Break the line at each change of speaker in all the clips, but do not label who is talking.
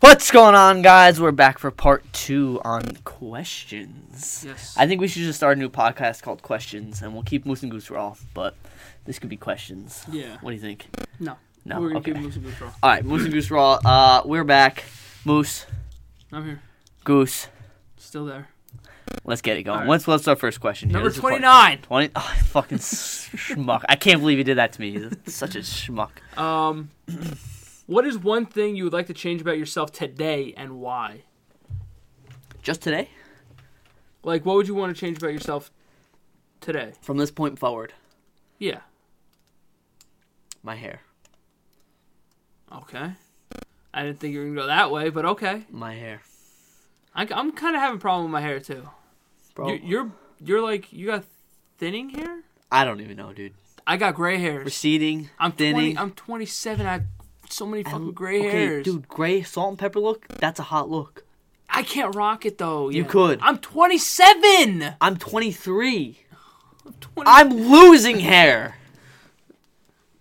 What's going on, guys? We're back for part two on questions.
Yes.
I think we should just start a new podcast called Questions, and we'll keep Moose and Goose Raw, but this could be questions.
Yeah.
What do you think?
No.
No.
We're gonna
okay.
keep Moose and Goose Raw.
All right, Moose and Goose Raw. Uh, we're back. Moose,
I'm here.
Goose.
Still there.
Let's get it going.
All right.
What's what's our first question? here?
Number
This is part-
twenty nine.
Twenty. Oh, fucking schmuck! I can't believe he did that to me. He's Such a schmuck.
Um What is one thing you would like to change about yourself today and why?
Just today,
Like what would you want to change about yourself today?
from this point forward,
Yeah.
my hair,
Okay. I didn't think you were gonna go that way, but okay.
my hair.
I, am kind of having a problem with my hair too.
Bro,
You, you're you're like you got thinning hair.
I don't even know, dude.
I got gray hairs.
Receding.
I'm
thinning.
20, I'm 27. I have so many
I
fucking
l-
gray
okay,
hairs.
Dude, gray salt and pepper look, that's a hot look.
I can't rock it though.
You
yet.
could.
I'm 27.
I'm 23.
20.
I'm losing hair.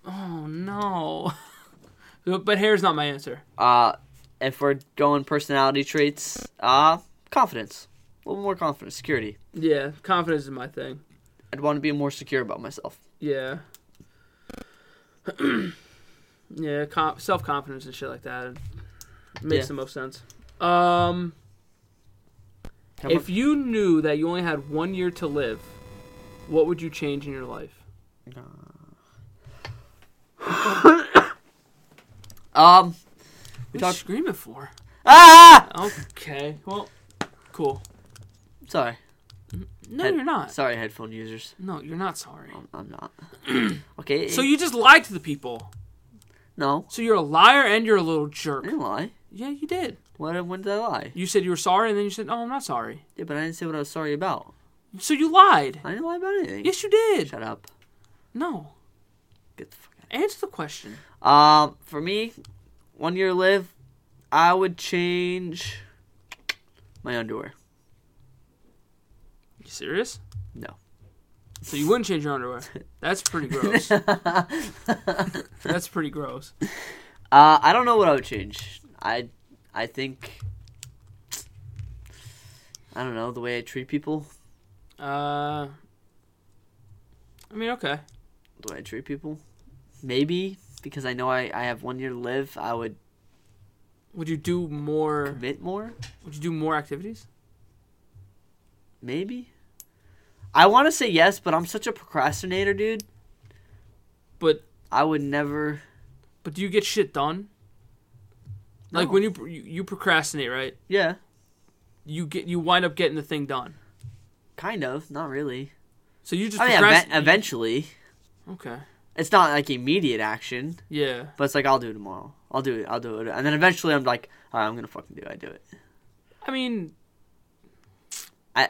Oh no. But- but hair's not my answer.
Uh, if we're going personality traits, uh, confidence. A little more confidence, security.
Yeah, confidence is my thing.
I'd want to be more secure about myself.
Yeah. yeah, self confidence and shit like that makes
Yeah.
the most sense. Um,
How
if you knew that you only had one year to live, what would you change in your life?
about- um,
We
we
talk-
talked.
screaming for.
Ah!
Okay. Well, cool.
Sorry.
No,
Head-
you're not.
Sorry, headphone users.
No, you're not sorry.
I'm, I'm not. okay.
So you just lied to the people.
No.
So you're a liar and you're a little jerk.
I didn't lie.
Yeah, you did.
What, when did I lie?
You said you were sorry, and then you said, "Oh, I'm not sorry."
Yeah, but I didn't say what I was sorry about.
So you lied.
I didn't lie about anything.
Yes, you did.
Shut up.
No,
Get the fuck out.
answer the question.
Um, for me, one year to live, I would change my underwear.
You serious?
No.
So you wouldn't change your underwear? That's pretty gross.
uh,
That's pretty gross.
I don't know what I would change. I, I think, I don't know the way I treat people.
Uh, I mean, okay.
The way I treat people, maybe because I know I, I have one year to live. I would
Would you do more?
commit more.
Would you do more activities?
Maybe. I want to say yes, but I'm such a procrastinator, dude.
But
I would never.
but do you get shit done? Like
No.
when you pr- you you procrastinate, right?
Yeah,
You get you wind up getting the thing done.
kind of. Not really.
So you just
I mean,
procrastinate.
ev- eventually.
Okay.
it's not like immediate action,
Yeah.
but it's like I'll do it tomorrow. I'll do it. I'll do it, and then eventually I'm like, all right, I'm gonna fucking do it. I do it.
I mean,
I-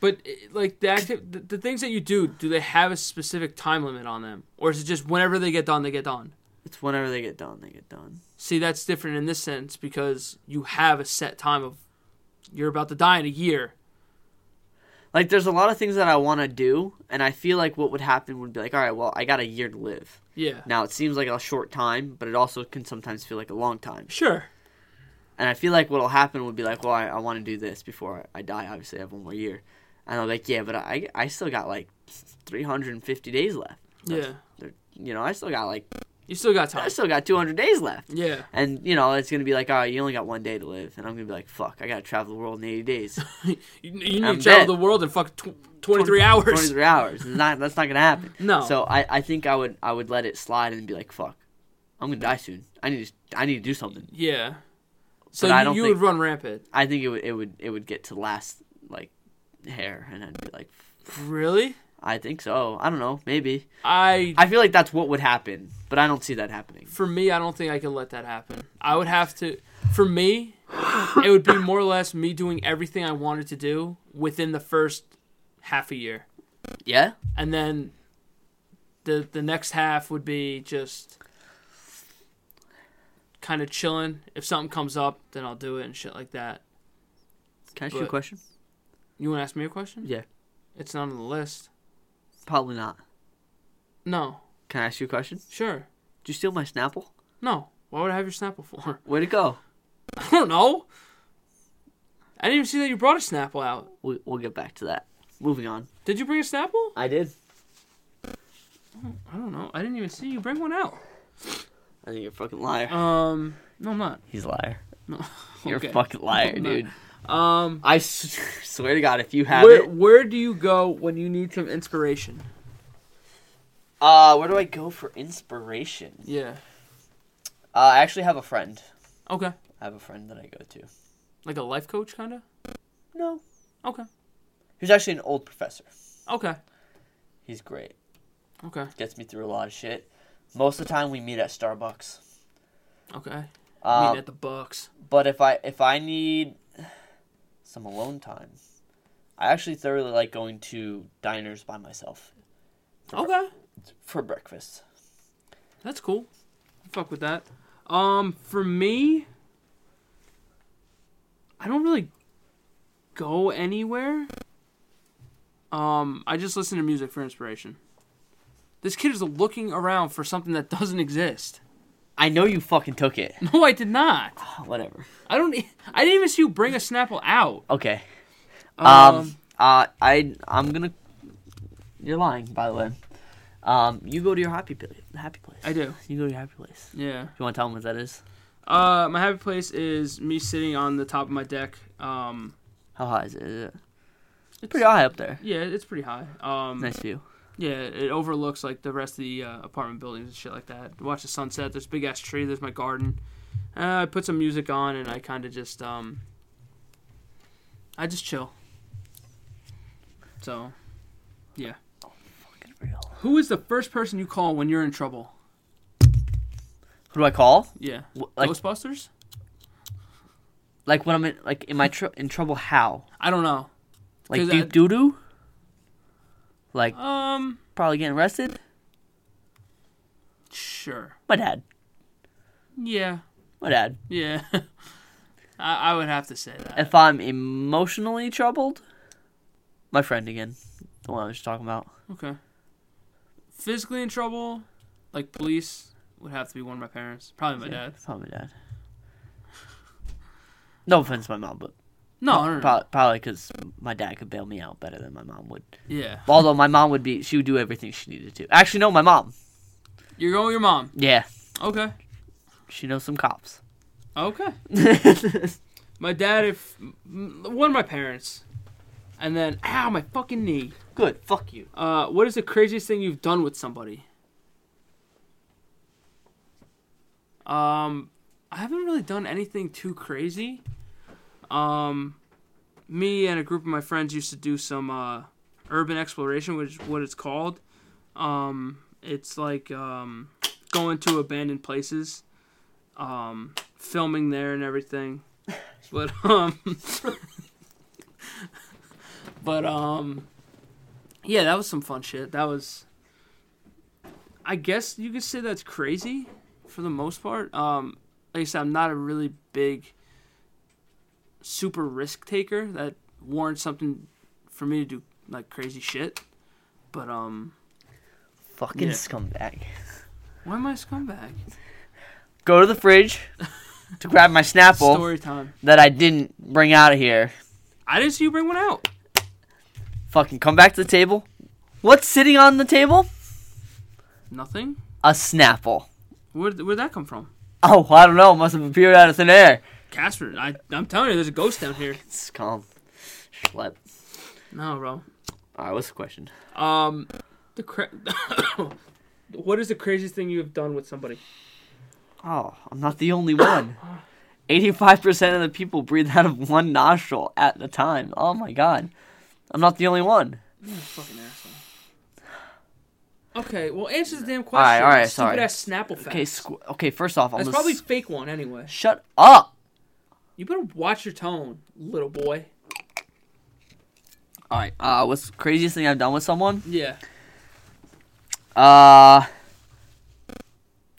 But eh, like the active, the, the things that you do, do they have a specific time limit on them, or is it just whenever they get done, they get done?
It's whenever they get done, they get done.
See, that's different in this sense because you have a set time of you're about to die in a year.
Like there's a lot of things that I want to do, and I feel like what would happen would be like, all right, well, I got a year to live.
Yeah.
Now it seems like a short time, but it also can sometimes feel like a long time.
Sure.
And I feel like what'll happen would be like, well, I, I want to do this before I, I die. Obviously, I have one more year, and I'm like, yeah, but I I still got like 350 days left.
Yeah.
There- You know, I still got like
You still got
I
time.
still got 200 days left.
Yeah.
And you know, it's gonna be like, all right, you only got one day to live, and I'm gonna be like, fuck, I gotta travel the world in 80 days,
you, you need
I'm
to travel
dead.
the world in fuck tw- 23 hours.
23 hours. It's not, that's not gonna happen.
No.
So I, I think I would, I would let it slide and be like, fuck, I'm gonna die soon. I need, to, I need to do something.
yeah. So
But I
you,
don't
you
think-
would run rampant.
I think it would, it would, it would get to last like hair, and I'd be like,
Really?
I think so. I don't know, maybe.
I
I feel like that's what would happen, but I don't see that happening.
for me, I don't think I can let that happen. I would have to. For me, it would be more or less me doing everything I wanted to do within the first half a year,
Yeah.
and then the the next half would be just kind of chilling. If something comes up, then I'll do it and shit like that.
Can I ask you a
But-
question?
You want to ask me a question?
Yeah.
It's not on the list.
Probably not.
No.
Can I ask you a question?
Sure.
Did you steal my Snapple?
No. Why would I have your Snapple for?
Where'd it go?
I don't know. I didn't even see that you brought a Snapple out.
We, we'll get back to that. Moving on.
Did you bring a Snapple?
I did.
I don't know. I didn't even see you bring one out.
I think you're a fucking liar.
Um, no, I'm not.
He's a liar.
No.
You're
Okay.
a fucking liar,
I'm not.
dude.
Um,
I s- swear to God, if you have
where
it,
where do you go when you need some inspiration?
uh, where do I go for inspiration?
Yeah.
Uh, I actually have a friend.
Okay.
I have a friend that I go to.
Like a life coach, kind of.
No,
Okay.
he's actually an old professor.
Okay.
He's great.
Okay.
Gets me through a lot of shit. Most of the time, we meet at Starbucks.
Okay.
Um,
Meeting at the Bucks.
But if I if I need some alone time, I actually thoroughly like going to diners by myself. For brec-
Okay.
for breakfast.
That's cool. I fuck with that. Um, for me, I don't really go anywhere. Um, I just listen to music for inspiration. This kid is looking around for something that doesn't exist.
I know you fucking took it.
No, I did not.
Whatever.
I don't. e- I didn't even see you bring a Snapple out.
Okay.
Um,
Um. uh. I. I'm gonna. You're lying, by the way. Um. You go to your happy place. Happy place.
I do.
You go to your happy place.
Yeah.
You want to tell them what that is?
Uh, my happy place is me sitting on the top of my deck. Um,
How high is it? Is it? It's pretty high up there.
yeah, it's pretty high. Um,
Nice view.
Yeah, it overlooks like the rest of the uh, apartment buildings and shit like that. Watch the sunset. There's a big ass tree. There's my garden. Uh, I put some music on and I kind of just um, I just chill. So,
Fucking real.
who is the first person you call when you're in trouble?
Who do I call?
Yeah,
Wh- Like,
Ghostbusters.
like when I'm in, like, am I tr- in trouble? How?
I don't know.
Like
'Cause I-
deep doo doo? Like
Um,
probably getting arrested?
sure.
My dad.
Yeah,
My dad.
yeah. I, I would have to say that.
If I'm emotionally troubled, my friend again. The one I was just talking about.
Okay. Physically in trouble, like police would have to be one of my parents, probably my
Yeah,
dad.
Probably my dad. No offense to my mom, but
No, no, no, no.
pro- probably because my dad could bail me out better than my mom would.
yeah.
Although my mom would be, she would do everything she needed to. Actually, no, my mom.
You're going with your mom.
Yeah,
Okay.
she knows some cops.
Okay.
That's
My dad, if m- one of my parents, and then ow, my fucking knee.
good. Fuck you.
Uh, what is the craziest thing you've done with somebody? Um, I haven't really done anything too crazy. Um, me and a group of my friends used to do some uh, urban exploration, which is what it's called. Um, it's like um, going to abandoned places, um, filming there and everything. But um, but um, yeah, that was some fun shit. That was, I guess you could say that's crazy, for the most part. Um, like I said, I'm not a really big, super risk taker that warrants something for me to do like crazy shit. But um,
Fucking
Yeah.
scumbag.
why am I a scumbag?
Go to the fridge to grab my Snapple
Story time.
that I didn't bring out of here.
I didn't see you bring one out.
Fucking come back to the table. What's sitting on the table?
Nothing.
A Snapple.
Where where'd that come from?
Oh, I don't know. Must have appeared out of thin air.
Casper, I I'm telling you, there's a ghost down here.
Scum. Schlep.
No, bro.
All right, what's the question?
Um, the cra- what is the craziest thing you have done with somebody?
Oh, I'm not the only one. 85% of the people breathe out of one nostril at a time. Oh my god. I'm not the only one.
Fucking asshole. Okay, well, answer the damn question.
All right, all right,
Stupid
sorry.
ass Snapple fact.
Okay, squ- okay, first off, I'm
That's
gonna
probably
s-
fake one anyway.
shut up.
You better watch your tone, little boy.
All right. Uh what's the craziest thing I've done with someone?
Yeah.
Uh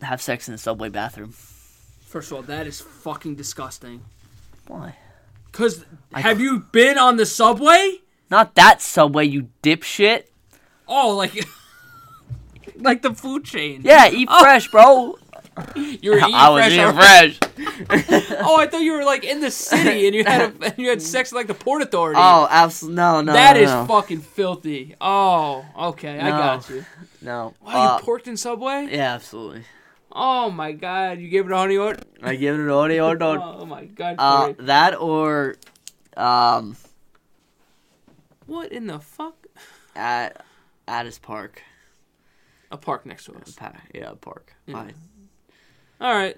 have sex in the subway bathroom.
First of all, that is fucking disgusting.
Why?
Cause have you been on the subway?
Not that subway, you dipshit.
Oh, like, like the food chain.
Oh. Yeah, eat fresh, bro.
You were eating
I was
fresh
eating
already.
fresh.
Oh, I thought you were like in the city and you had a, and you had sex with, like the port authority.
Oh, absolutely no, no,
that
no,
is
no.
fucking filthy. Oh, okay, I
No.
got you.
no.
Wow,
Uh,
you porked in Subway?
yeah, absolutely.
Oh my god, you gave it a honey oat.
I give it an order or don't.
Oh my god,
Uh,
Corey.
that or, um,
what in the fuck?
at Addis Park.
A park next to us.
Pa- Yeah, Park.
Yeah.
Fine.
All right,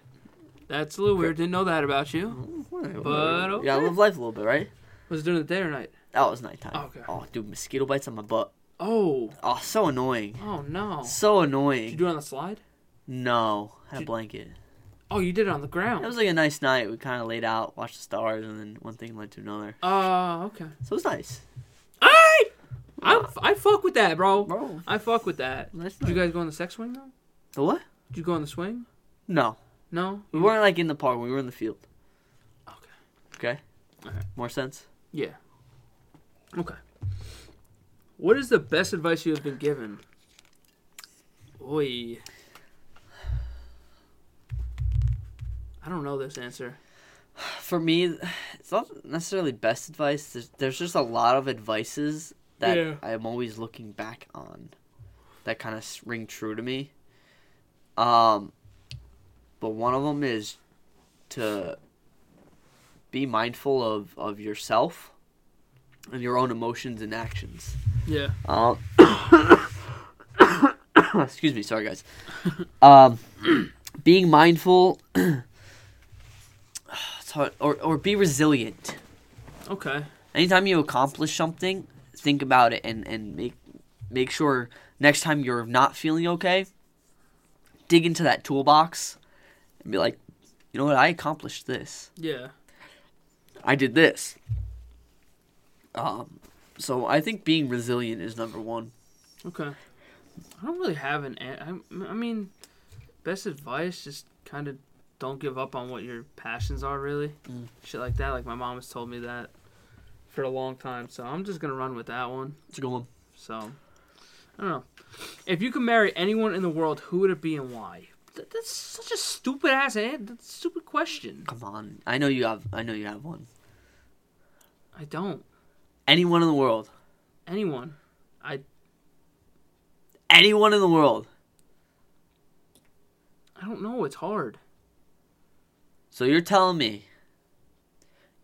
that's a little weird. Didn't know that about you. But okay.
Yeah, I live life a little bit, right?
Was it during the day or night?
That was nighttime.
Okay.
Oh, dude, mosquito bites on my butt.
Oh,
Oh, so annoying.
oh no.
So
Did you
annoying.
do it on the slide?
No, I had a
Did-
blanket.
Oh, you did it on the
It
ground.
was like a nice night. We kind of laid out, watched the stars, and then one thing led to another.
Oh, okay.
So it was nice,
All right, I I fuck with that, bro.
bro.
I fuck with that.
Nice
Did you
night.
guys go on the sex swing though?
The what?
Did you go on the swing?
No,
No.
we weren't like in the park. We were in the field.
Okay.
Okay.
Alright.
More sense.
Yeah. Okay. What is the best advice you have been given? Oi. I don't know this answer.
For me, it's not necessarily best advice. There's, there's just a lot of advices that
Yeah.
I'm always looking back on, that kind of ring true to me. Um, but one of them is to be mindful of of yourself and your own emotions and actions.
Yeah.
Um, excuse me, sorry guys. Um, being mindful, it's hard, or or be resilient.
Okay.
Anytime you accomplish something, think about it and and make make sure next time you're not feeling okay, dig into that toolbox and be like, you know what, I accomplished this.
Yeah.
I did this. Um, so I think being resilient is number one.
Okay. I don't really have an. an- I, I mean, best advice just kind of don't give up on what your passions are. Really,
Mm.
shit like that. Like my mom has told me that for a long time. So I'm just gonna run with that one.
It's a good one.
So, I don't know. If you could marry anyone in the world, who would it be and why? Th- that's such a stupid ass an- that's a stupid question.
Come on, I know you have. I know you have one.
I don't.
Anyone in the world.
Anyone. I
Anyone in the world.
I don't know. It's hard.
So you're telling me.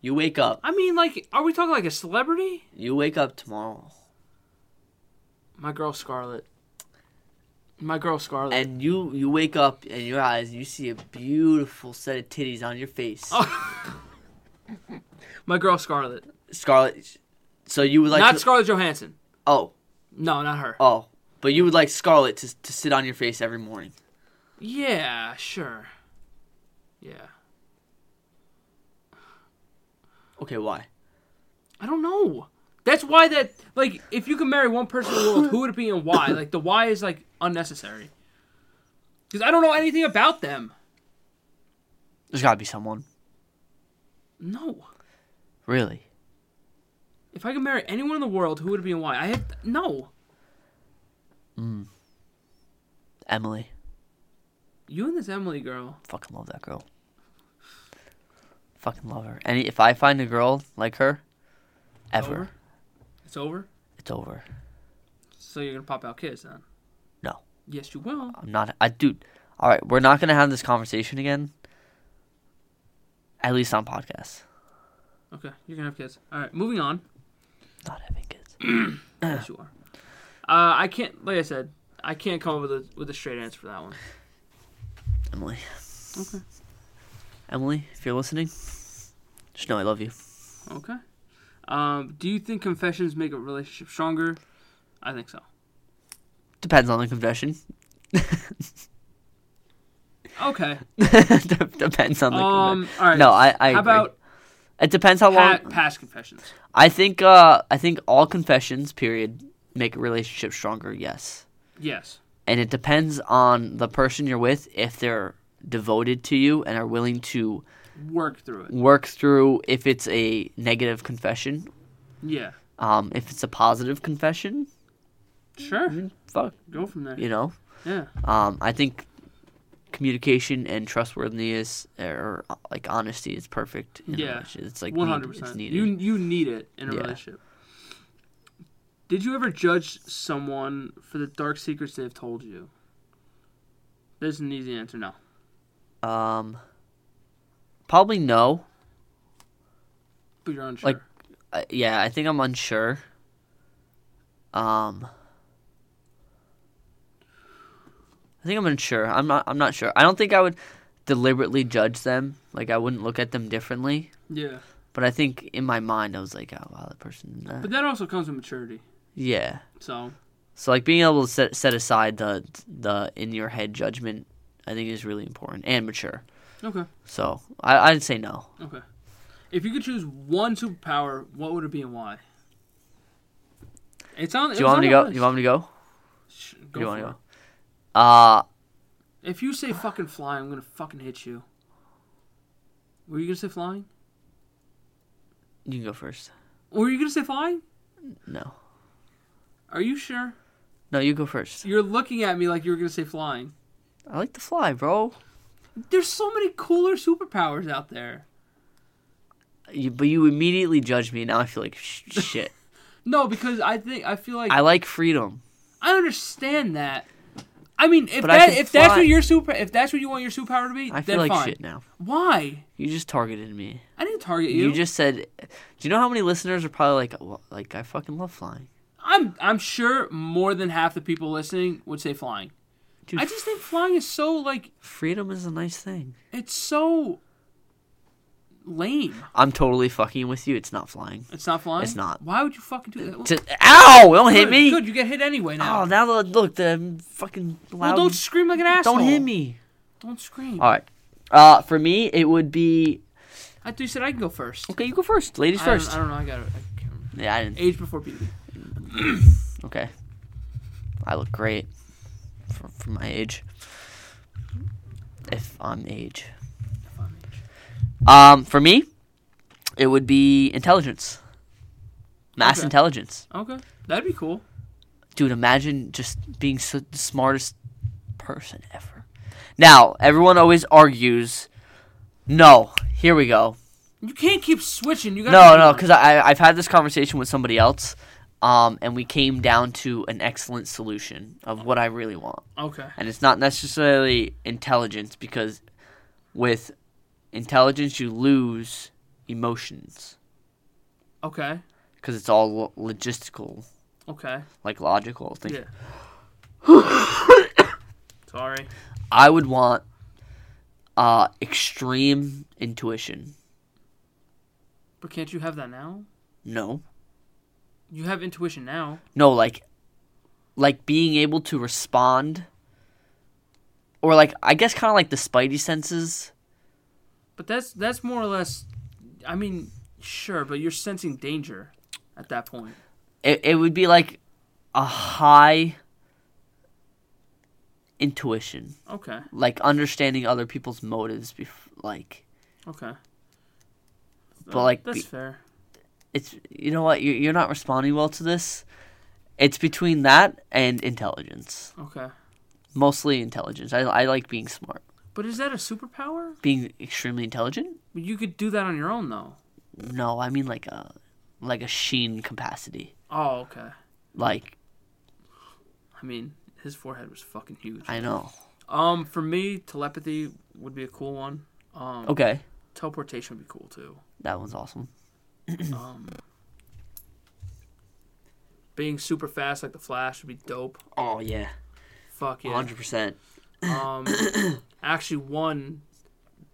You wake up.
I mean, like, are we talking like a celebrity?
You wake up tomorrow,
My girl Scarlett. My girl Scarlett.
and you you wake up in your eyes, and you see a beautiful set of titties on your face,
My girl Scarlett.
Scarlett. So you would like
Not
to,
Scarlett Johansson.
oh
No, not her.
oh, but you would like Scarlett to to sit on your face every morning.
Yeah, sure. Yeah.
Okay, why?
I don't know. That's why that like if you could marry one person in the world, who would it be and why? Like the why is like unnecessary. Because I don't know anything about them.
There's gotta be someone.
No.
Really?
If I could marry anyone in the world, who would it be and why? I have no.
Emily,
You and this Emily girl.
fucking love that girl. Fucking love her. Any if I find a girl like her,
It's
ever,
over? It's over.
it's over.
So you're gonna pop out kids then?
No.
Yes, you will.
I'm not. I dude. All right, we're not gonna have this conversation again. At least on podcasts.
Okay, you're gonna have kids. All right, moving on.
Not having kids.
Yes, you are. Uh, I can't. Like I said, I can't come up with a with a straight answer for that one.
Emily. Okay. Emily, if you're listening, just know I love you.
Okay. Um, do you think confessions make a relationship stronger? I think so.
Depends on the confession.
Okay.
Dep- depends on the
Um.
confession.
All right.
No, I. I
How
agree.
about
it depends how long.
pa- past confessions?
I think. Uh, I think all confessions. Period. Make a relationship stronger. Yes.
Yes.
and it depends on the person you're with if they're devoted to you and are willing to
Work through it.
work through if it's a negative confession
Yeah.
um if it's a positive confession
Sure.
fuck
Go from there.
you know
Yeah.
um i think communication and trustworthiness or like honesty is perfect. in a
Yeah.
relationship. it's like
One
need-
hundred
It's
percent.
needed.
You you need it in a
Yeah.
relationship. Did you ever judge someone for the dark secrets they've told you? There's an easy answer. No.
um, probably no.
But you're unsure.
Like- Uh, yeah, I think I'm unsure. Um, I think I'm unsure. I'm not. I'm not sure. I don't think I would deliberately judge them. Like I wouldn't look at them differently.
yeah.
But I think in my mind I was like, oh wow, that person did that.
But that also comes with maturity.
Yeah.
So
So like being able to set set aside the the in your head judgment, I think is really important and mature.
okay,
So I, I'd say no.
okay. If you could choose one superpower, what would it be and why? It's on.
Do you want me to go? You want me to go?
Sh-
Do
go
you
for
want me
it.
to go? Uh,
If you say fucking fly, I'm gonna fucking hit you. Were you gonna say flying?
you can go first.
Were you gonna say flying?
No,
Are you sure?
no, you go first.
You're looking at me like you were gonna say flying.
I like to fly, bro.
There's so many cooler superpowers out there.
You, but you immediately judge me. Now I feel like sh- shit.
No, because I think I feel like
I
I,
like freedom.
understand that. I mean, if
But I
that
can
if that's
fly.
what your super if that's what you want your superpower to be,
I
then
feel like
fine.
shit now.
Why?
You just targeted me.
I didn't target
You?
you.
just said. Do you know how many listeners are probably like, well, like I fucking love flying.
I'm I'm sure more than half the people listening would say flying.
Dude,
I just think flying is so like
freedom is a nice thing.
it's so lame.
I'm totally fucking with you. It's not flying.
It's not flying.
It's not.
Why would you fucking do that? Well,
To, ow! Don't hit
good,
me.
Good, you get hit anyway now.
Oh, now the, look, the fucking
well,
loud.
don't scream like an asshole.
Don't hit me.
Don't scream.
All right. Uh, for me, it would be
I thought you said I can go first.
okay. You go first, ladies
I don't-
first.
I don't, know. I got it. I can't remember.
yeah, I didn't.
Age before beauty.
Okay, I look great for, for my age. If I'm age,
If I'm age.
um, for me, it would be intelligence, mass
Okay.
intelligence.
Okay, that'd be cool.
Dude, imagine just being so, the smartest person ever. Now, everyone always argues. No, here we go.
You can't keep switching. You got
No, no, because I I've had this conversation with somebody else, um, and we came down to an excellent solution of what I really want,
Okay.
and it's not necessarily intelligence because with intelligence you lose emotions
Okay.
because it's all lo- logistical,
Okay.
like logical things.
Yeah. Sorry.
I would want uh extreme intuition.
But can't you have that now?
No,
You have intuition now.
No, like like being able to respond or like I guess kind of like the spidey senses.
But that's that's more or less. I mean, sure, but you're sensing danger at that point.
It it would be like a high intuition,
Okay.
like understanding other people's motives bef- like
Okay.
But, like,
that's
be-
fair.
it's you know what you're, you're not responding well to this. It's between that and intelligence.
Okay.
Mostly intelligence. I I like being smart.
But is that a superpower?
Being extremely intelligent?
You could do that on your own though.
No, I mean like a like a sheen capacity.
Oh, okay.
Like
I mean, his forehead was fucking huge.
I know.
Um, for me, telepathy would be a cool one. Um,
Okay.
teleportation would be cool too.
That one's awesome.
Um, being super fast like the Flash would be dope.
Oh yeah,
Fuck yeah.
hundred percent.
Um, actually, one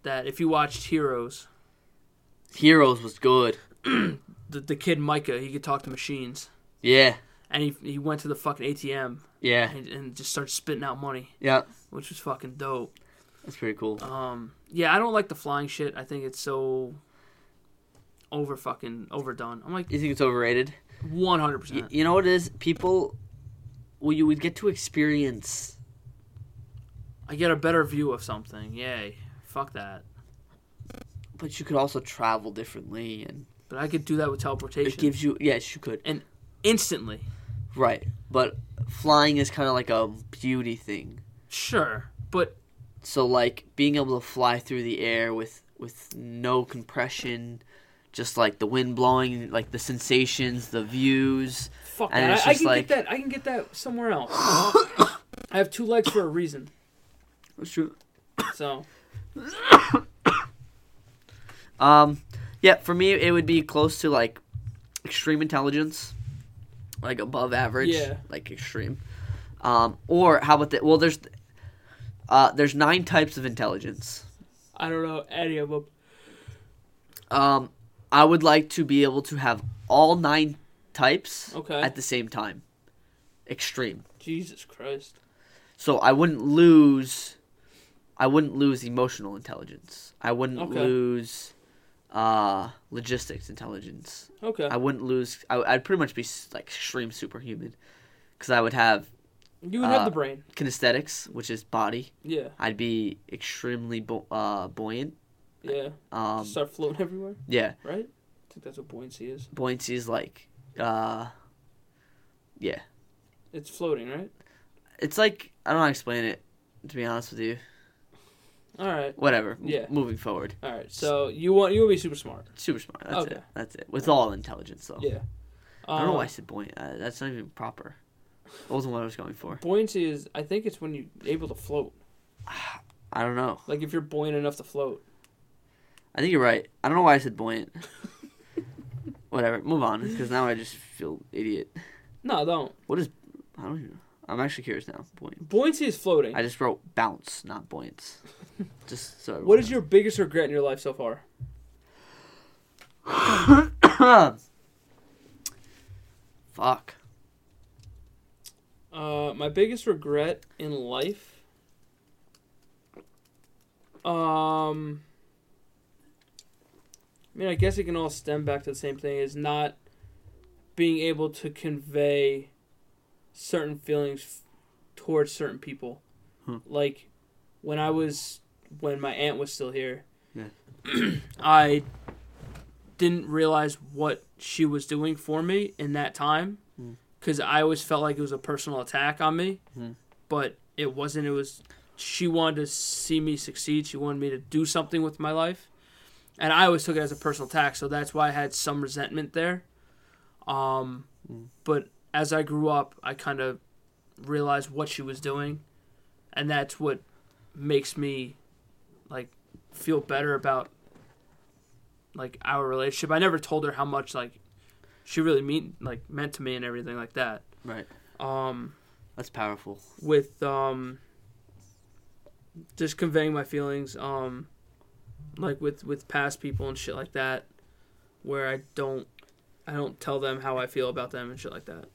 that if you watched Heroes,
Heroes was good.
the, the kid Micah, he could talk to machines,
Yeah,
and he he went to the fucking ATM
yeah,
and, and just started spitting out money,
yeah.
which was fucking dope.
That's pretty cool.
Um, yeah, I don't like the flying shit. I think it's so over fucking overdone. I'm like
You think it's overrated?
100.
Y-
percent
you know what it is? People, well, you would get to experience.
I get a better view of something. Yay. Fuck that.
But you could also travel differently, and
But I could do that with teleportation
it gives you. Yes, you could.
instantly.
Right, but flying is kind of like a beauty thing.
Sure, but
So like being able to fly through the air with with no compression, just like the wind blowing, like the sensations, the views.
Fuck
And
that.
it's
I, I
just
can
like-
get that. I can get that somewhere else. I have two legs for a reason. So
Um, yeah, for me it would be close to like extreme intelligence, like above average,
Yeah.
like extreme. Um, or how about that? Well, there's uh, there's nine types of intelligence.
I don't know any of them.
Um, I would like to be able to have all nine types
Okay.
at the same time, extreme.
Jesus Christ.
So I wouldn't lose. I wouldn't lose emotional intelligence. I wouldn't
Okay.
lose uh, logistics intelligence.
Okay.
I wouldn't lose. I, I'd pretty much be s- like extreme superhuman, because I would have
you would have
uh,
the brain.
kinesthetics, which is body.
Yeah.
I'd be extremely bu- uh, buoyant.
Yeah.
Um,
Start floating everywhere.
yeah,
Right. I think that's what buoyancy is.
buoyancy is like, uh, yeah,
It's floating, right?
it's like I don't know how to explain it. To be honest with you,
All right.
whatever. M-
Yeah.
moving forward,
All right. So you want you would be super smart.
super smart. That's
Okay.
it. That's it. With all intelligence though.
Yeah. Um,
Oh. I don't know why I said buoyant. Uh, that's not even proper. That wasn't what I was going for.
Buoyancy is. I think it's when you're able to float.
I don't know.
Like if you're buoyant enough to float.
I think you're right. I don't know why I said buoyant. Whatever, move on because now I just feel idiot.
No, don't.
What is? I don't even. I'm actually curious now. Buoyant.
Buoyancy is floating.
I just wrote bounce, not buoyance. Just so.
What is your biggest regret in your life so far?
your? Fuck.
Uh, my biggest regret in life. Um. I mean, I guess it can all stem back to the same thing: is not being able to convey certain feelings f- towards certain people.
Hmm.
Like when I was when my aunt was still here,
Yeah.
I didn't realize what she was doing for me in that time
Hmm.
because I always felt like it was a personal attack on me,
Hmm.
but it wasn't. It was she wanted to see me succeed. She wanted me to do something with my life, and I always took it as a personal attack. So that's why I had some resentment there. Um,
Hmm.
but as I grew up, I kind of realized what she was doing, and that's what makes me like feel better about like our relationship. I never told her how much like she really mean like meant to me and everything like that.
Right.
Um,
That's powerful.
with um, just conveying my feelings, um, like with with past people and shit like that, where I don't I don't tell them how I feel about them and shit like that.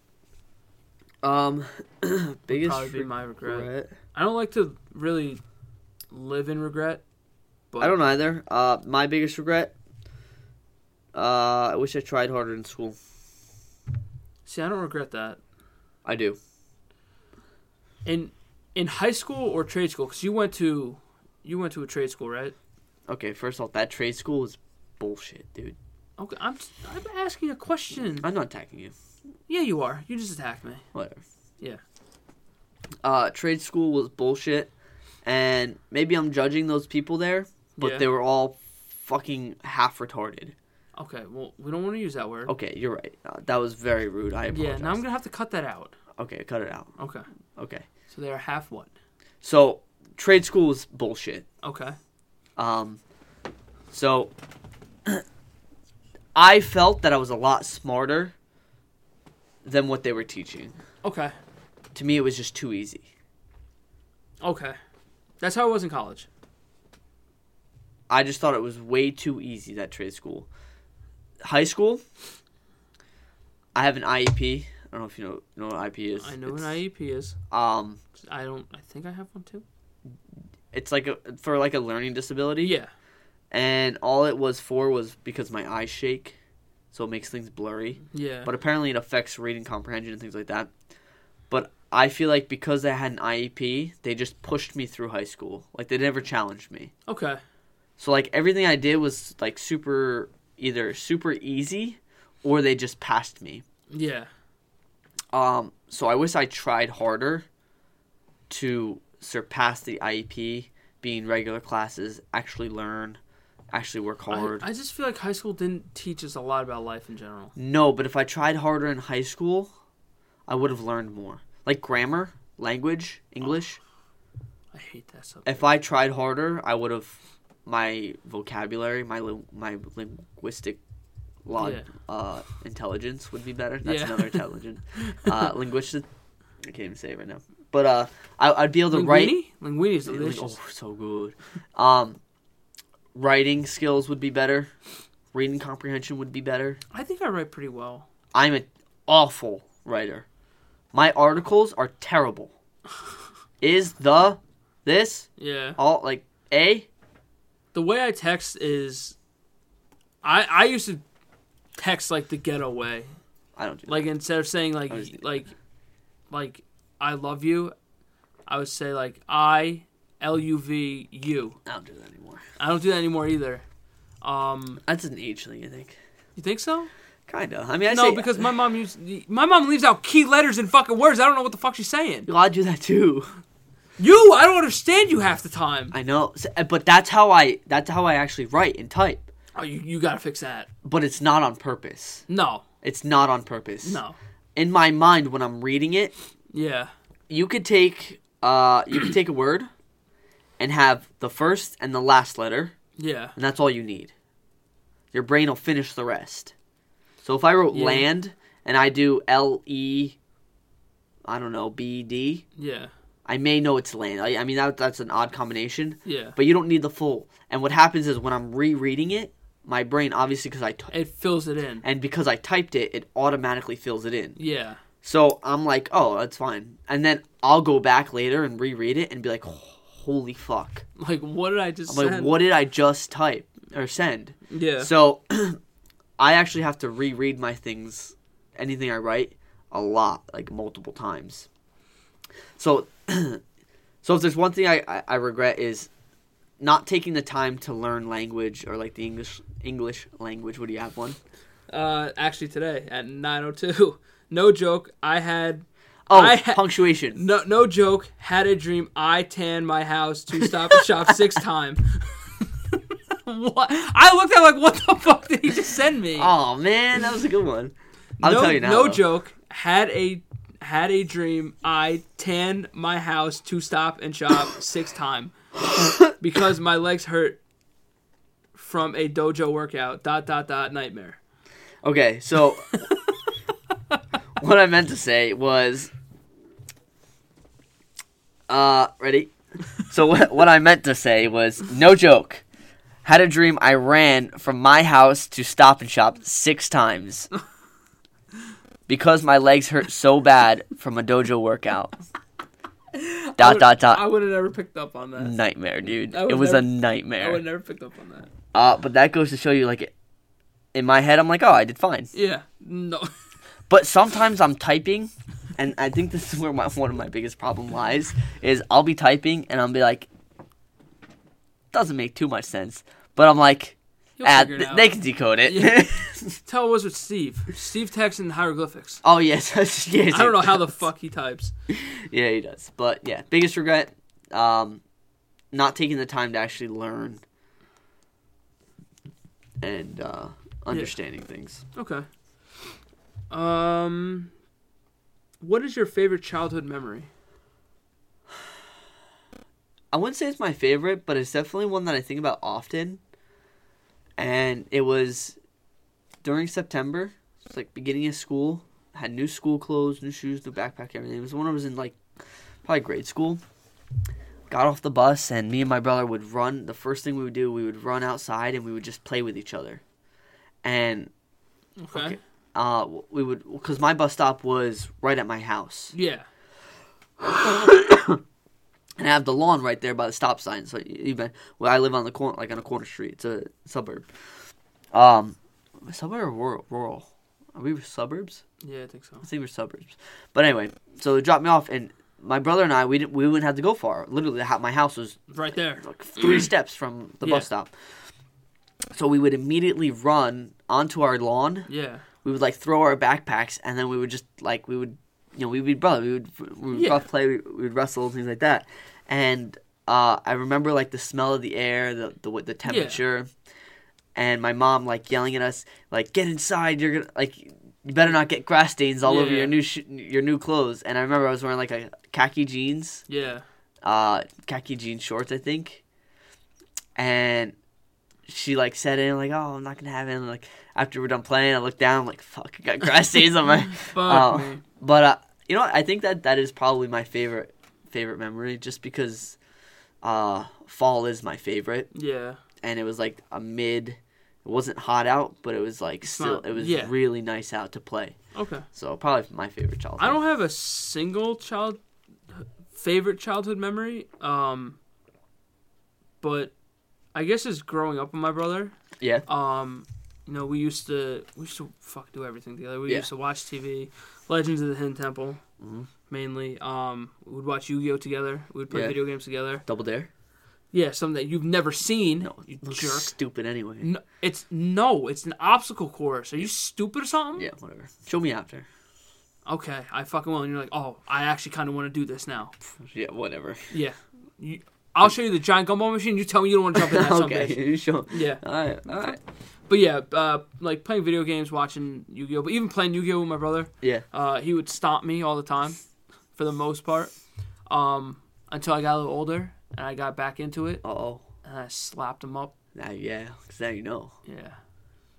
Um, biggest
Probably be my regret.
regret.
I don't like to really live in regret. But
I don't either. Uh, my biggest regret. Uh, I wish I tried harder in school.
see. I don't regret that.
I do.
In in high school or trade school, because you went to you went to a trade school, right?
Okay, first off, that trade school is bullshit, dude.
Okay, I'm I'm asking a question.
I'm not attacking you.
Yeah, you are. You just attacked me.
whatever.
Yeah.
Uh, trade school was bullshit, and maybe I'm judging those people there, but
Yeah.
they were all fucking half retarded.
Okay, well, we don't want to use that word.
Okay, you're right. Uh, that was very rude. I
yeah,
apologize.
now I'm gonna have to cut that out.
Okay, cut it out.
Okay,
Okay,
so they are half what?
so trade school was bullshit.
Okay,
Um, so I felt that I was a lot smarter than what they were teaching.
okay,
To me, it was just too easy.
okay. That's how it was in college.
I just thought it was way too easy that trade school. High school, I have an IEP. I don't know if you know, know what IEP is.
I E know
it's,
an IEP is.
Um,
I don't. I think I have one too.
it's like a, for like a learning disability.
Yeah.
And all it was for was because my eyes shake, so it makes things blurry.
Yeah.
But apparently, it affects reading comprehension and things like that. But I feel like because I had an IEP, they just pushed me through high school. Like they never challenged me.
okay.
So like everything I did was like super either super easy or they just passed me.
Yeah.
Um so I wish I tried harder to surpass the IEP be in regular classes, actually learn, actually work
I,
hard.
I just feel like high school didn't teach us a lot about life in general.
No, but if I tried harder in high school, I would have learned more. Like grammar, language, English.
I hate that subject.
If I tried harder, I would have my vocabulary, my lin- my linguistic log,
Yeah.
uh, intelligence would be better. That's
Yeah.
another intelligent uh, linguistic. I can't even say it right now. But uh, I, I'd be able to write.
Linguini? Linguini is
Really-
delicious.
Oh, so good. Um, writing skills would be better. Reading comprehension would be better.
I think I write pretty well.
I'm an awful writer. My articles are terrible. Is the this
Yeah.
all like a?
The way I text is, I I used to text like the ghetto way.
I don't do
Like instead of saying like
I was-
like like I love you, I would say like I L U V U.
that. I don't do that anymore.
I don't do that anymore either. Um,
That's an age thing, I think.
you think so?
Kinda. I mean, I
no,
say,
because my mom used my mom leaves out key letters and fucking words. I don't know what the fuck she's saying.
Well, I do that too.
You, I don't understand you half the time.
I know, S- but that's how I that's how I actually write and type.
Oh, you, you gotta fix that.
But it's not on purpose.
No,
It's not on purpose.
no,
In my mind, when I'm reading it,
yeah,
you could take uh you could take a word and have the first and the last letter
yeah.
and that's all you need your brain will finish the rest so if i wrote
Yeah.
land and i do l e i don't know b E d
Yeah,
i may know it's land i, I mean that, that's an odd combination
yeah.
but you don't need the full and what happens is when i'm rereading it my brain obviously because i t-
It fills it in.
and because i typed it it automatically fills it in
Yeah,
so I'm like, oh, that's fine. And then I'll go back later and reread it and be like, holy fuck.
like what did I just
I'm
say?
like, what did I just type or send?
Yeah,
So I actually have to reread my things, anything I write, a lot, like multiple times. So, so if there's one thing I, I, I regret is not taking the time to learn language or like the English English language. Would you have one?
uh, actually today at nine oh two. No joke. I had
Oh,
I ha-
punctuation.
no no joke. Had a dream. I tan my house to stop and shop six time. what? I looked at it like what the fuck did he just send me?
Oh man, that was a good one. I'll
no,
tell you now.
No
though.
joke. Had a had a dream. I tan my house to stop and shop six time because my legs hurt from a dojo workout. Dot dot dot nightmare.
Okay, so what I meant to say was, uh, ready? So what what I meant to say was, no joke. Had a dream I ran from my house to Stop and Shop six times because my legs hurt so bad from a dojo workout. Dot dot
I
dot.
would have never picked up on that.
Nightmare, dude.
I would
It was a
never- I
nightmare.
would never picked up on that.
Uh, but that goes to show you, like, in my head, I'm like, oh, I did fine.
Yeah. No.
But sometimes I'm typing, and I think this is where my, one of my biggest problem lies. Is I'll be typing and I'll be like, doesn't make too much sense. But I'm like,
You'll
ah,
figure it
th-
out.
they can decode it.
Yeah. Tell was with Steve. Steve texts in hieroglyphics.
oh yes, that's- yes.
I don't know
he
how the
does.
fuck he types.
Yeah, he does. But yeah, biggest regret, um, not taking the time to actually learn and uh, understanding things.
Okay. Um, what is your favorite childhood memory?
I wouldn't say it's my favorite, but it's definitely one that I think about often. And it was during September. It's like beginning of school. I had new school clothes, new shoes, new backpack, everything. It was when I was in like probably grade school. Got off the bus, and me and my brother would run. The first thing we would do, we would run outside and we would just play with each other. And
Okay.
Okay. uh, we would, because my bus stop was right at my house.
Yeah.
and I have the lawn right there by the stop sign. So e-, even well, I live on the corner, like on a corner street. It's a suburb. Um, suburb or rural? rural? Are we suburbs?
Yeah, I think so.
I think we're suburbs. But anyway, so they dropped me off, and my brother and I, we didn't, we wouldn't have to go far. Literally, the hou- my house was
Right there.
like three steps from the
Yeah.
bus stop. So we would immediately run onto our lawn.
Yeah.
We would like throw our backpacks, and then we would just like we would, you know, we'd be brother. We would we would
Yeah.
rough play. We, we would wrestle things like that, and uh, I remember like the smell of the air, the the the temperature, and my mom like yelling at us like get inside, you're gonna like you better not get grass stains all over
Yeah.
your new sh- your new clothes. And I remember I was wearing like a khaki jeans,
Yeah.
uh, khaki jean shorts, I think. And she like said in like, "Oh, I'm not gonna have it." And, like after we're done playing, I looked down, I'm like, "Fuck, I got grass stains on my."
Fuck
Oh.
me.
But uh, you know, what? I think that that is probably my favorite favorite memory, just because uh, fall is my favorite,
Yeah.
and it was like a mid. It wasn't hot out, but it was like still.
not-
it was
yeah.
really nice out to play.
Okay.
So probably my favorite childhood.
I don't have a single child favorite childhood memory. Um, but I guess it's growing up with my brother.
Yeah.
Um, you know, we used to we used to fuck do everything together. We
Yeah.
used to watch TV, Legends of the Hidden Temple,
Mhm.
mainly. Um, we would watch Yu Gi Oh together. We would play
Yeah.
video games together.
Double Dare.
Yeah, something that you've never seen.
No,
you
Looks
jerk.
Stupid anyway.
No, it's no, it's an obstacle course. Are you stupid or something?
Yeah, whatever. Show me after.
Okay, I fucking will. And you're like, oh, I actually kind of want to do this now.
Yeah, whatever.
Yeah. You, I'll show you the giant gumball machine. You tell me you don't want to jump in that
okay,
someday.
you show.
Yeah.
All right, all right.
But yeah, uh, like playing video games, watching Yu Gi Oh! But even playing Yu Gi Oh! with my brother,
Yeah.
uh, he would stomp me all the time for the most part um, until I got a little older and I got back into it
Uh oh.
and I slapped him up.
Now, yeah, 'cause now you know.
Yeah.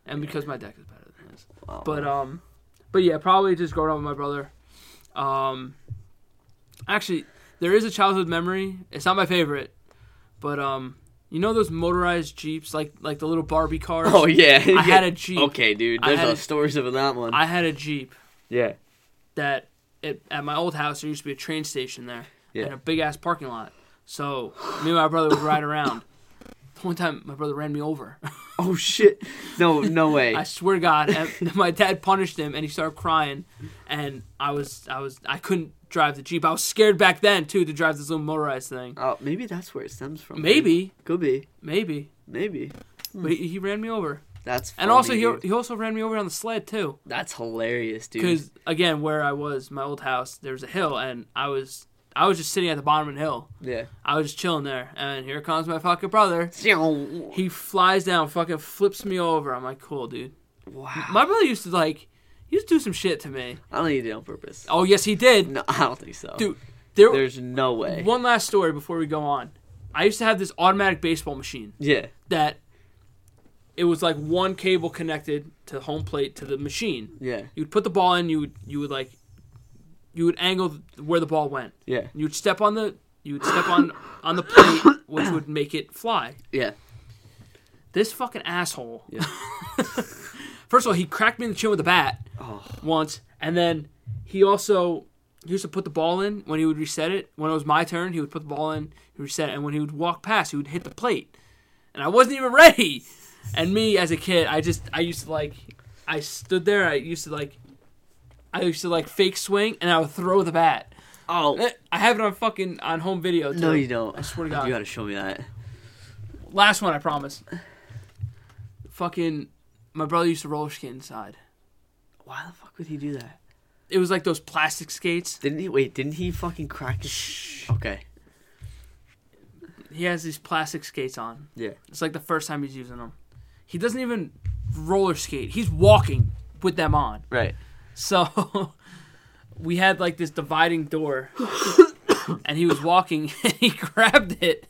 And because my deck is better than his.
Wow.
But um, but yeah, probably just growing up with my brother. Um, actually, there is a childhood memory. It's not my favorite, but um, you know those motorized jeeps, like like the little Barbie cars.
oh yeah,
I had a Jeep.
Okay, dude.
I
There's
had
a
a-
stories of that one.
I had a jeep
yeah.
that it, at my old house there used to be a train station there
Yeah.
and a big ass parking lot. So me and my brother would ride around. One time, my brother ran me over.
Oh shit. No, no way.
I swear to God, and my dad punished him, and he started crying, and I was, I was, I couldn't drive the jeep. I was scared back then too to drive this little motorized thing.
Oh, maybe that's where it stems from.
Maybe,
Could be.
maybe,
Maybe.
but he, he ran me over,
That's. Funny,
and also he
dude.
he also ran me over on the sled too,
That's hilarious, dude.
because again, where I was, my old house, there was a hill, and I was, I was just sitting at the bottom of the hill.
Yeah.
I was just chilling there, and here comes my fucking brother.
Wow.
He flies down, fucking flips me over. I'm like, cool, dude. My brother used to like, he used to do some shit to me.
I don't think he did it on purpose.
Oh yes, he did.
No, I don't think so.
Dude, There,
There's no way.
One last story before we go on. I used to have this automatic baseball machine
Yeah.
that it was like one cable connected to the home plate to the machine.
Yeah.
You'd put the ball in, you would you would like you would angle where the ball went.
Yeah.
You'd step on the you would step on on the plate which would make it fly.
Yeah.
This fucking asshole.
Yeah.
First of all, he cracked me in the chin with a bat
Oh.
once, and then he also he used to put the ball in when he would reset it. When it was my turn, he would put the ball in, he would reset, it, and when he would walk past, he would hit the plate, and I wasn't even ready. And me as a kid, I just I used to like I stood there, I used to like I used to like fake swing, and I would throw the bat.
Oh.
Eh, I have it on fucking on home video. Too.
No, you don't.
I swear to
You
God.
gotta show me that.
Last one, I promise. fucking, my brother used to roller skate inside.
Why the fuck would he do that?
It was like those plastic skates.
Didn't he? Wait, didn't he fucking crack his? Okay.
He has these plastic skates on.
Yeah.
It's like the first time he's using them. He doesn't even roller skate. He's walking with them on.
Right.
So we had like this dividing door, and he was walking, and he grabbed it.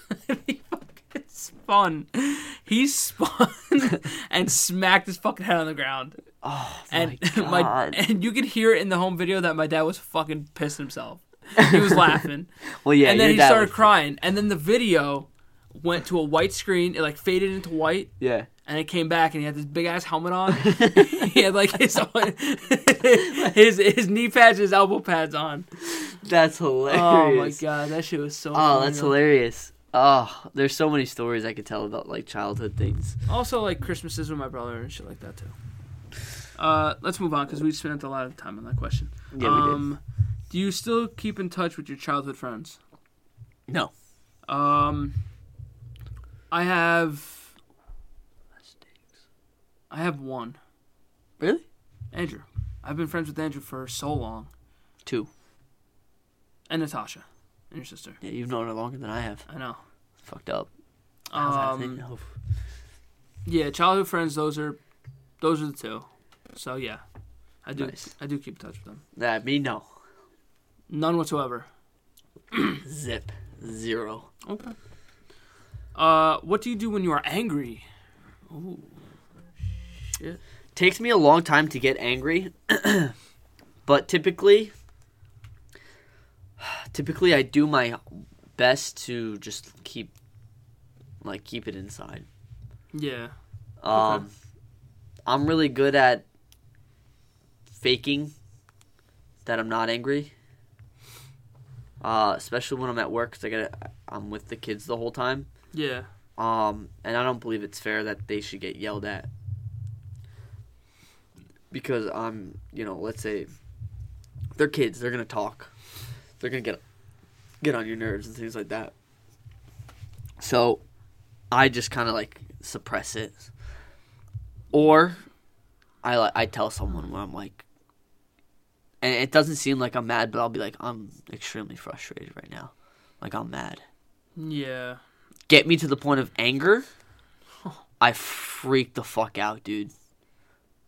and he fucking spun. He spun and smacked his fucking head on the ground.
Oh
And
my
my,
god.
and you could hear it in the home video that my dad was fucking pissed himself. He was laughing.
well, yeah.
and then
your
he
dad
started
was-
crying. And then the video went to a white screen. It like faded into white,
Yeah.
and it came back, and he had this big ass helmet on. he had like his his his knee pads, his elbow pads on.
That's hilarious.
Oh my god, that shit was so.
Oh,
funny.
that's hilarious. Oh, there's so many stories I could tell about like childhood things.
Also, like Christmases with my brother and shit like that too. Uh, let's move on because we spent a lot of time on that question.
Yeah, we did.
Um, Do you still keep in touch with your childhood friends?
No.
Um, I have. I have one.
Really?
Andrew. I've been friends with Andrew for so long.
Two.
And Natasha. and your sister.
Yeah, you've known her longer than I have.
I know.
It's fucked up. How's that a thing?
Um,
Oh.
yeah, childhood friends. Those are, those are the two. So yeah, I do.
Nice.
I do keep in touch with them.
Nah, me no.
None whatsoever.
Zip. Zero.
Okay. Uh, what do you do when you are angry? Ooh. Shit.
Takes me a long time to get angry, but typically, typically I do my best to just keep, like, keep it inside.
Yeah.
Um,
Okay.
I'm really good at faking that I'm not angry. Uh, especially when I'm at work, 'cause I get I'm with the kids the whole time.
Yeah.
Um, and I don't believe it's fair that they should get yelled at because I'm, you know, let's say they're kids, they're gonna talk, they're gonna get get on your nerves and things like that. So, I just kind of like suppress it, or I like I tell someone when I'm like, and it doesn't seem like I'm mad, but I'll be like I'm extremely frustrated right now, like I'm mad
Yeah.
get me to the point of anger, I freak the fuck out, dude.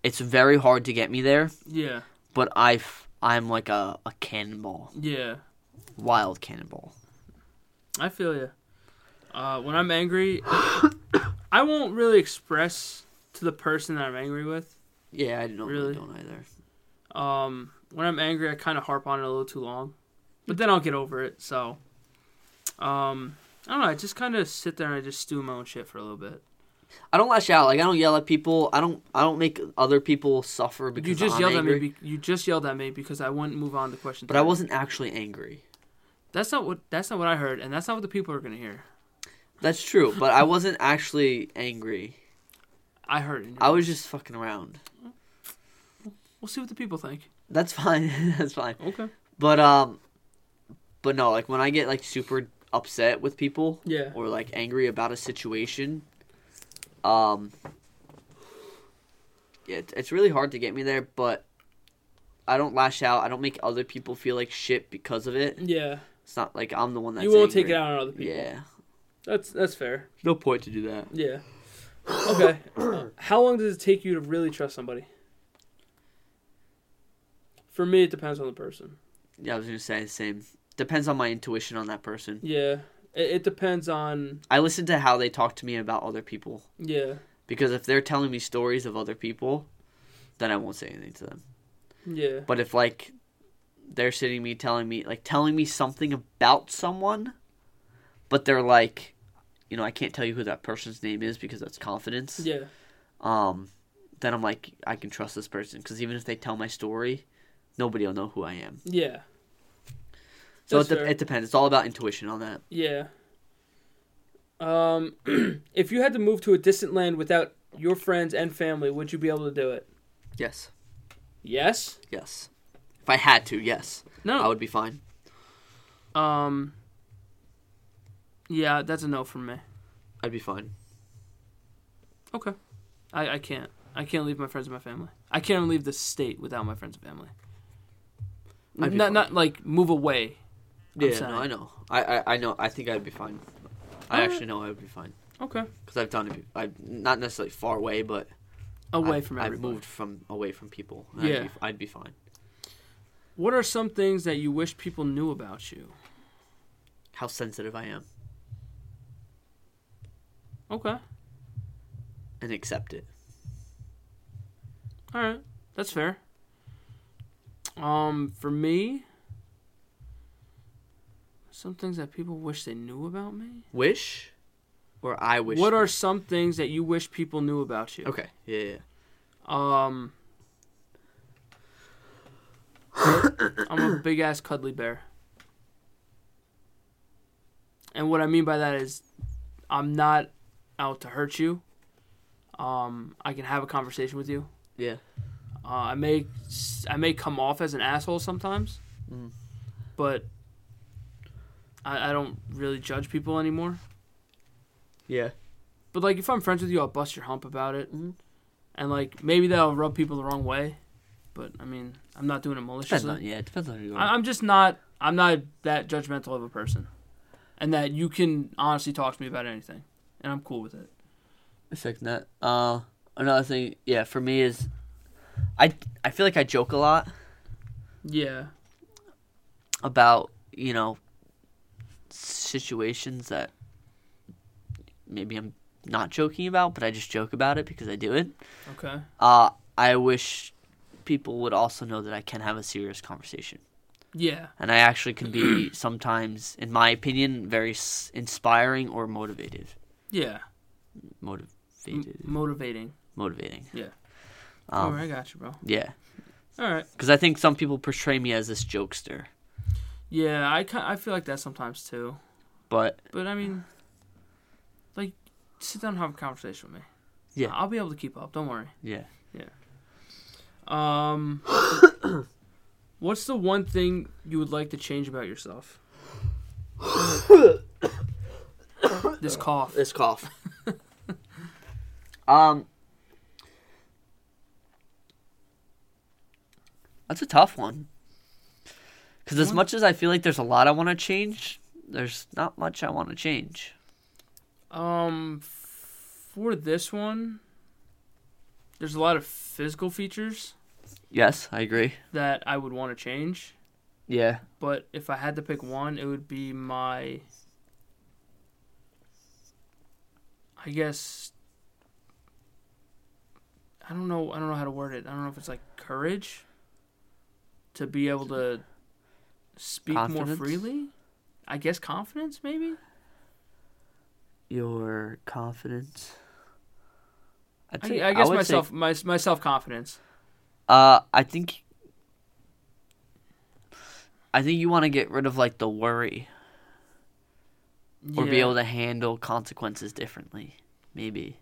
It's very hard to get me there,
Yeah.
but I f- I'm like a, a cannonball,
Yeah.
wild cannonball.
I feel you. Uh, when I'm angry, I won't really express to the person that I'm angry with.
Yeah, I don't really
Really?
don't either.
Um, when I'm angry, I kind of harp on it a little too long, but then I'll get over it. So, um, I don't know. I just kind of sit there and I just stew my own shit for a little bit.
I don't lash out. Like I don't yell at people. I don't I don't make other people suffer because
you just
I'm
yelled
angry.
at me. Be- you just yelled at me because I wouldn't move on to question.
but I
three.
wasn't actually angry.
That's not what. That's not what I heard, and that's not what the people are gonna hear.
That's true, but I wasn't actually angry.
I heard. It.
I was just fucking around.
We'll see what the people think.
That's fine. That's fine.
Okay.
But um, but no, like when I get like super upset with people,
Yeah.
or like angry about a situation, um, yeah, it, it's really hard to get me there. But I don't lash out. I don't make other people feel like shit because of it.
Yeah.
It's not like I'm the one that's
you won't take
angry.
it out on other people.
Yeah,
That's that's fair.
no point to do that.
Yeah. Okay. How long does it take you to really trust somebody? For me, it depends on the person.
Yeah, I was gonna say the same. Depends on my intuition on that person.
Yeah. It, it depends on.
I listen to how they talk to me about other people
Yeah.
because if they're telling me stories of other people, then I won't say anything to them.
Yeah.
But if like they're sitting me telling me like telling me something about someone, but they're like, you know, I can't tell you who that person's name is because that's confidence.
Yeah.
Um, then I'm like, I can trust this person because even if they tell my story, nobody will know who I am.
Yeah.
So it,
That's
de-
fair.
it depends. It's all about intuition on that.
Yeah. Um, if you had to move to a distant land without your friends and family, would you be able to do it?
Yes.
Yes.
Yes. If I had to, yes,
No.
I would be fine.
Um. Yeah, that's a no from me.
I'd be fine.
Okay. I, I can't. I can't leave my friends and my family. I can't leave the state without my friends and family.
I'd be
Not
fine.
not like move away. I'm
Yeah,
saying.
no, I know. I, I, I know. I think I'd be fine. I
Alright.
actually know I would be fine.
Okay.
because I've done it. be- I not necessarily far away, but
Away
I've,
from
I've
everybody.
moved from away from people. and
Yeah.
I'd be, I'd be fine.
What are some things that you wish people knew about you?
How sensitive I am,
Okay.
and accept it.
All right. That's fair. Um for me some things that people wish they knew about me?
Wish, or I wish.
What are some things that you wish people knew about you?
okay? Yeah, yeah, yeah.
Um I'm a big ass cuddly bear. And what I mean by that is I'm not out to hurt you. Um I can have a conversation with you.
yeah.
Uh, I may I may come off as an asshole sometimes.
Mm.
But I, I don't really judge people anymore.
Yeah.
But like if I'm friends with you, I'll bust your hump about it.
Mhm.
And like maybe that'll rub people the wrong way. But I mean, I'm not doing it
Depends
maliciously.
on yeah. It depends on who you
I,
are.
I'm just not. I'm not that judgmental of a person, and that you can honestly talk to me about anything, and I'm cool with it.
I second that. Uh, another thing, yeah, for me is, I I feel like I joke a lot
Yeah.
about you know situations that maybe I'm not joking about, but I just joke about it because I do it.
Okay.
Uh, I wish people would also know that I can have a serious conversation.
Yeah.
And I actually can be sometimes, in my opinion, very s- inspiring or motivated.
Yeah. M-
Motivated.
motivating.
motivating.
Mm. Yeah.
Um,
oh, I got you, bro.
Yeah.
All right.
Because I think some people portray me as this jokester.
Yeah, I ki- I feel like that sometimes too.
But
But I mean, like, sit down and have a conversation with me.
Yeah.
I'll be able to keep up. Don't worry.
yeah.
Um, what's the one thing you would like to change about yourself? this cough.
This cough. um. That's a tough one. Because as
Well-
much as I feel like there's a lot I want to change, there's not much I want to change.
Um, for this one, there's a lot of physical features
Yes, I agree.
that I would want to change.
Yeah.
But if I had to pick one, it would be my. I guess. I don't know. I don't know how to word it. I don't know if it's like courage. To be able to speak more
Confidence?
freely. I guess confidence, maybe.
Your confidence. I'd
I,
say-
I guess
would say-
myself, my my self confidence.
Uh, I think. I think you want to get rid of like the worry or be able to handle consequences differently. Maybe.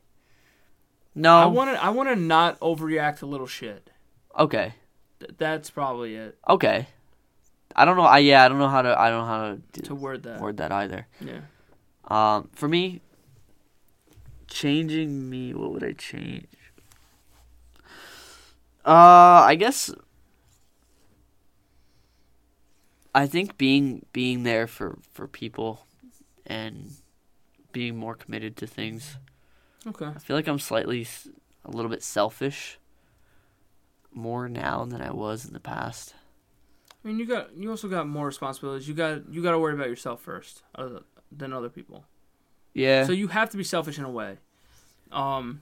No.
I want to. I want to not overreact to little shit.
Okay.
Th- that's probably it.
Okay. I don't know. I yeah. I don't know how to. I don't know how to, do,
To word that.
word that either.
Yeah.
Um, for me, changing me. What would I change? Uh, I guess. I think being being there for for people, and being more committed to things.
Okay.
I feel like I'm slightly s- a little bit selfish. More now than I was in the past.
I mean, you got you also got more responsibilities. You got you got to worry about yourself first other than other people.
Yeah.
So you have to be selfish in a way. Um,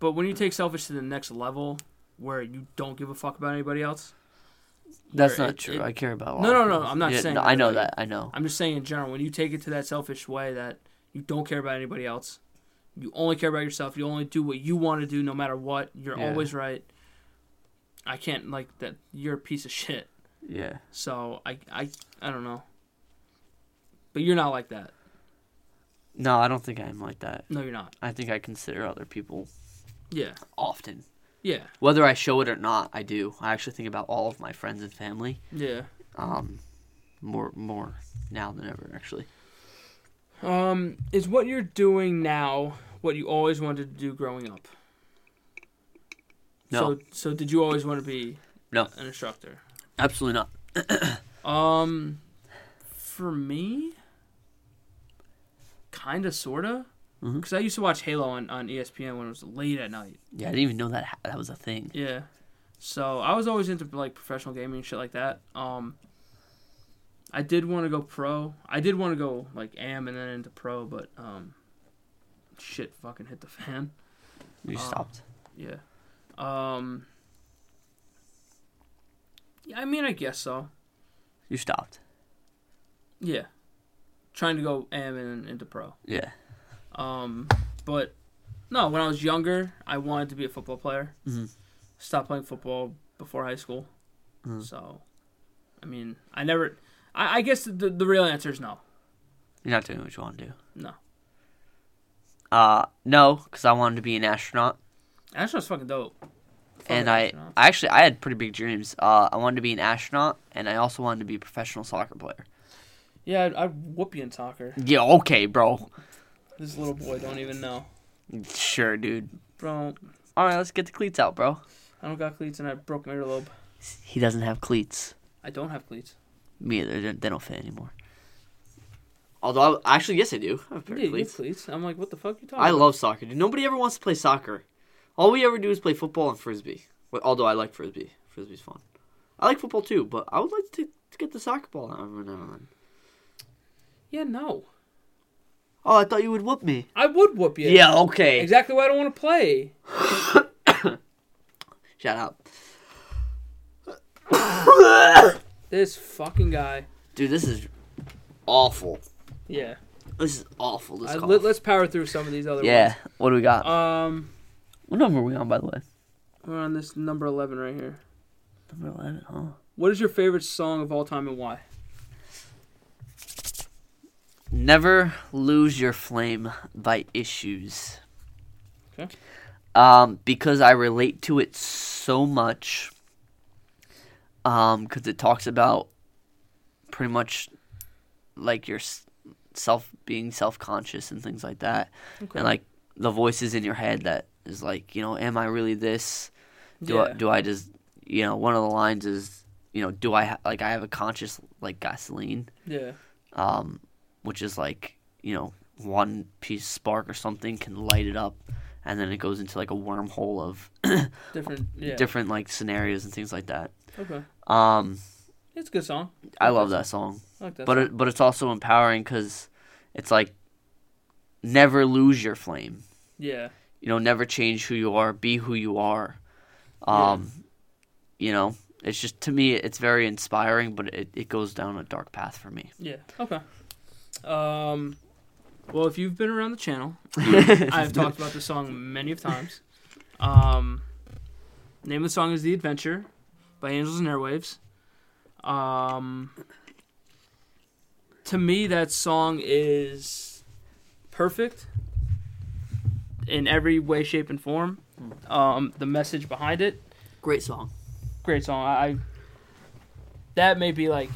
but when you take selfish to the next level, where you don't give a fuck about anybody else,
That's
where
not
it-
true.
it-
I care about. a lot
No,
of
no,
people.
no, I'm not saying
I
that,
know
like-
that. I know.
I'm just saying in general, when you take it to that selfish way that you don't care about anybody else, you only care about yourself. You only do what you want to do, no matter what. You're
Yeah.
always right. I can't like that. You're a piece of shit.
Yeah.
So I I I don't know. But you're not like that.
No, I don't think I'm like that.
No, you're not.
I think I consider other people
Yeah.
often.
Yeah.
Whether I show it or not, I do. I actually think about all of my friends and family.
Yeah.
Um, more more now than ever, actually.
Um, is what you're doing now what you always wanted to do growing up?
No,
So, so did you always want to be
No.
an instructor?
absolutely not.
Um, for me, kind of, sorta,
Mhm.
because I used to watch Halo on, on E ESPN when it was late at night.
Yeah, I didn't even know that ha- that was a thing.
Yeah. So I was always into like professional gaming and shit like that. Um I did want to go pro. I did want to go like am and then into pro, but um shit fucking hit the fan.
You
Uh,
stopped.
Yeah. Um Yeah, I mean I guess so.
You stopped.
Yeah. Trying to go am and then into pro.
Yeah.
Um, but no, when I was younger, I wanted to be a football player.
Mhm.
Stopped playing football before high school.
Mhm.
So, I mean, I never. I, I guess the the real answer is no.
You're not doing what you want to do.
No,
Uh, no, because I wanted to be an astronaut,
astronaut's fucking dope. Fuck
and
an
I,
astronaut.
I actually I had pretty big dreams. Uh, I wanted to be an astronaut, and I also wanted to be a professional soccer player.
yeah, I'd, I'd whoop you in soccer.
Yeah, okay, bro.
This little boy don't even know,
Sure, dude.
bro.
All right, let's get the cleats out, bro.
I don't got cleats and I broke my earlobe.
He doesn't have cleats.
I don't have cleats.
Me either. They they don't fit anymore. Although, I, actually, yes, I do. I have a pair of
Yeah, you
cleats.
cleats. I'm like, what the fuck are you talking
I
about?
love soccer, dude. Nobody ever wants to play soccer. All we ever do is play football and frisbee. Well, Although I like frisbee. Frisbee's fun. I like football too, but I would like to, to get the soccer ball out every now and then.
Yeah, no.
Oh, I thought you would whoop me.
I would whoop you.
Yeah, okay.
Exactly why I don't want to play.
Shut up.
This fucking guy.
Dude, this is awful.
Yeah.
This is awful. This
I,
call.
Uh, let, us power through some of these other
yeah, what do we got?
ones. Um,
what number are we on, by the way?
we're on this number 11 right here.
Number 11, huh?
What is your favorite song of all time and why?
Never Lose Your Flame by Issues.
Okay.
Um, because I relate to it so much. Um, because it talks about pretty much like your s- self being self conscious and things like that,
Okay.
and like the voices in your head that is like, you know, am I really this? Do I,
Yeah.
do I just you know one of the lines is you know do I ha- like I have a conscious like gasoline
Yeah.
um, which is like you know one piece spark or something can light it up, and then it goes into like a wormhole of
Different. Yeah.
different like scenarios and things like that.
Okay.
Um,
It's a good song.
I love that song,
I like that
but
song.
it, but it's also empowering because it's like never lose your flame.
yeah.
You know, never change who you are. Be who you are. Um, you know, it's just to me, it's very inspiring, but it, it goes down a dark path for me.
Yeah. Okay. Um, well, if you've been around the channel, I've talked about this song many of times. Um, name of the song is "The Adventure" by Angels and Airwaves. Um, to me, that song is perfect in every way, shape, and form. Um, the message behind it
Great song.
great song. I, I that may be like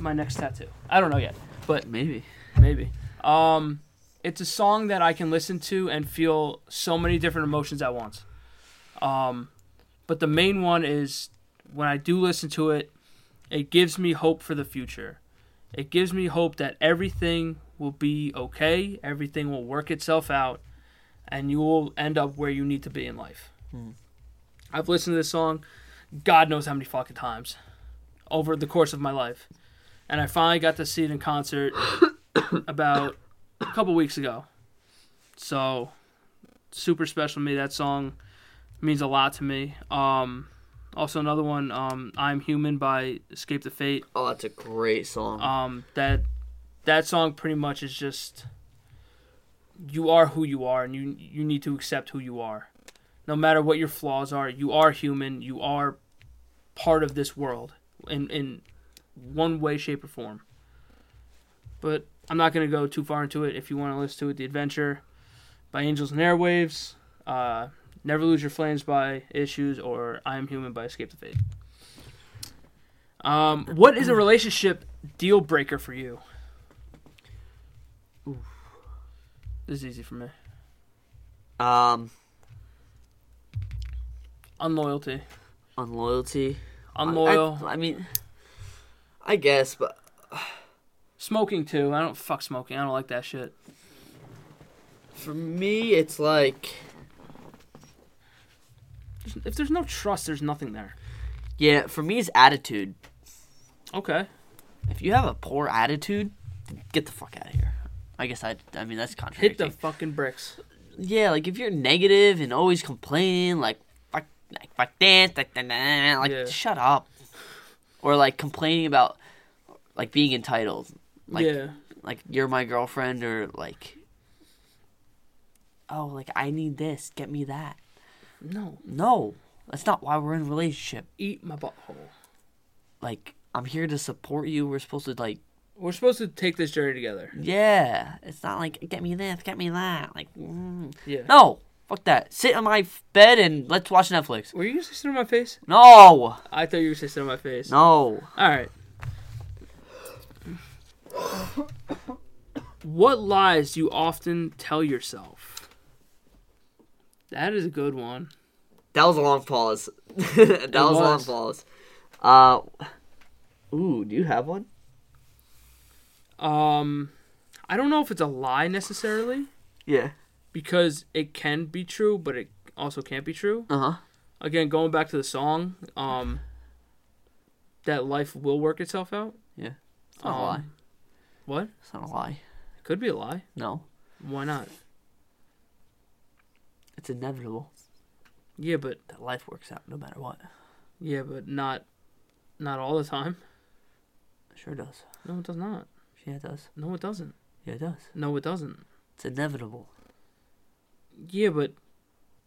my next tattoo. I don't know yet, but
Maybe.
maybe. Um, it's a song that I can listen to and feel so many different emotions at once. Um, but the main one is when I do listen to it, it gives me hope for the future. It gives me hope that everything will be okay, everything will work itself out, and you will end up where you need to be in life. I've listened to this song God knows how many fucking times over the course of my life. And I finally got to see it in concert about a couple weeks ago. So super special to me. That song means a lot to me. Um also another one, um, I'm Human by Escape the Fate.
Oh, that's a great song.
Um that that song pretty much is just you are who you are and you you need to accept who you are. No matter what your flaws are, you are human, you are part of this world in in one way, shape, or form. But I'm not going to go too far into it. If you want to listen to it, The Adventure by Angels and Airwaves, uh, Never Lose Your Flames by Issues, or I Am Human by Escape the Fate. Um, what is a relationship deal breaker for you? This is easy for me.
Um,
Unloyalty.
on loyalty.
Unloyal.
I, I mean, I guess, but
smoking, too. I don't fuck smoking. I don't like that shit.
for me, it's like,
There's- If there's no trust, there's nothing there.
yeah, for me, it's attitude.
Okay.
If you have a poor attitude, get the fuck out of here. I guess I, I mean, that's
Hit
contradicting.
the fucking bricks.
yeah, like if you're negative and always complaining, like fuck, like fuck this, da, da, da, like
Yeah.
shut up, or like complaining about like being entitled, like
yeah.
like you're my girlfriend or like oh like i need this get me that
No.
no that's not why we're in a relationship
Eat my butthole.
like i'm here to support you we're supposed to like
We're supposed to take this journey together.
yeah it's not like get me this get me that like mm.
Yeah.
no fuck that sit on my f- bed and let's watch netflix
Were you gonna say sit on my face?
no
I thought you were gonna say sit on my face.
no
All right. what lies do you often tell yourself? That is a good one.
that was a long pause that was, a long
was.
pause uh Ooh, do you have one?
Um, I don't know if it's a lie necessarily
Yeah.
because it can be true, but it also can't be true.
Uh huh.
Again, going back to the song, um, that life will work itself out.
Yeah. It's not a
Um,
lie.
What?
It's not a lie.
It could be a lie.
No.
Why not?
It's inevitable
Yeah, but
that life works out no matter what.
yeah, but not, not all the time.
Sure does.
No, it does not.
Yeah, it does.
No, it doesn't.
Yeah, it does.
No, it doesn't.
It's inevitable.
Yeah, but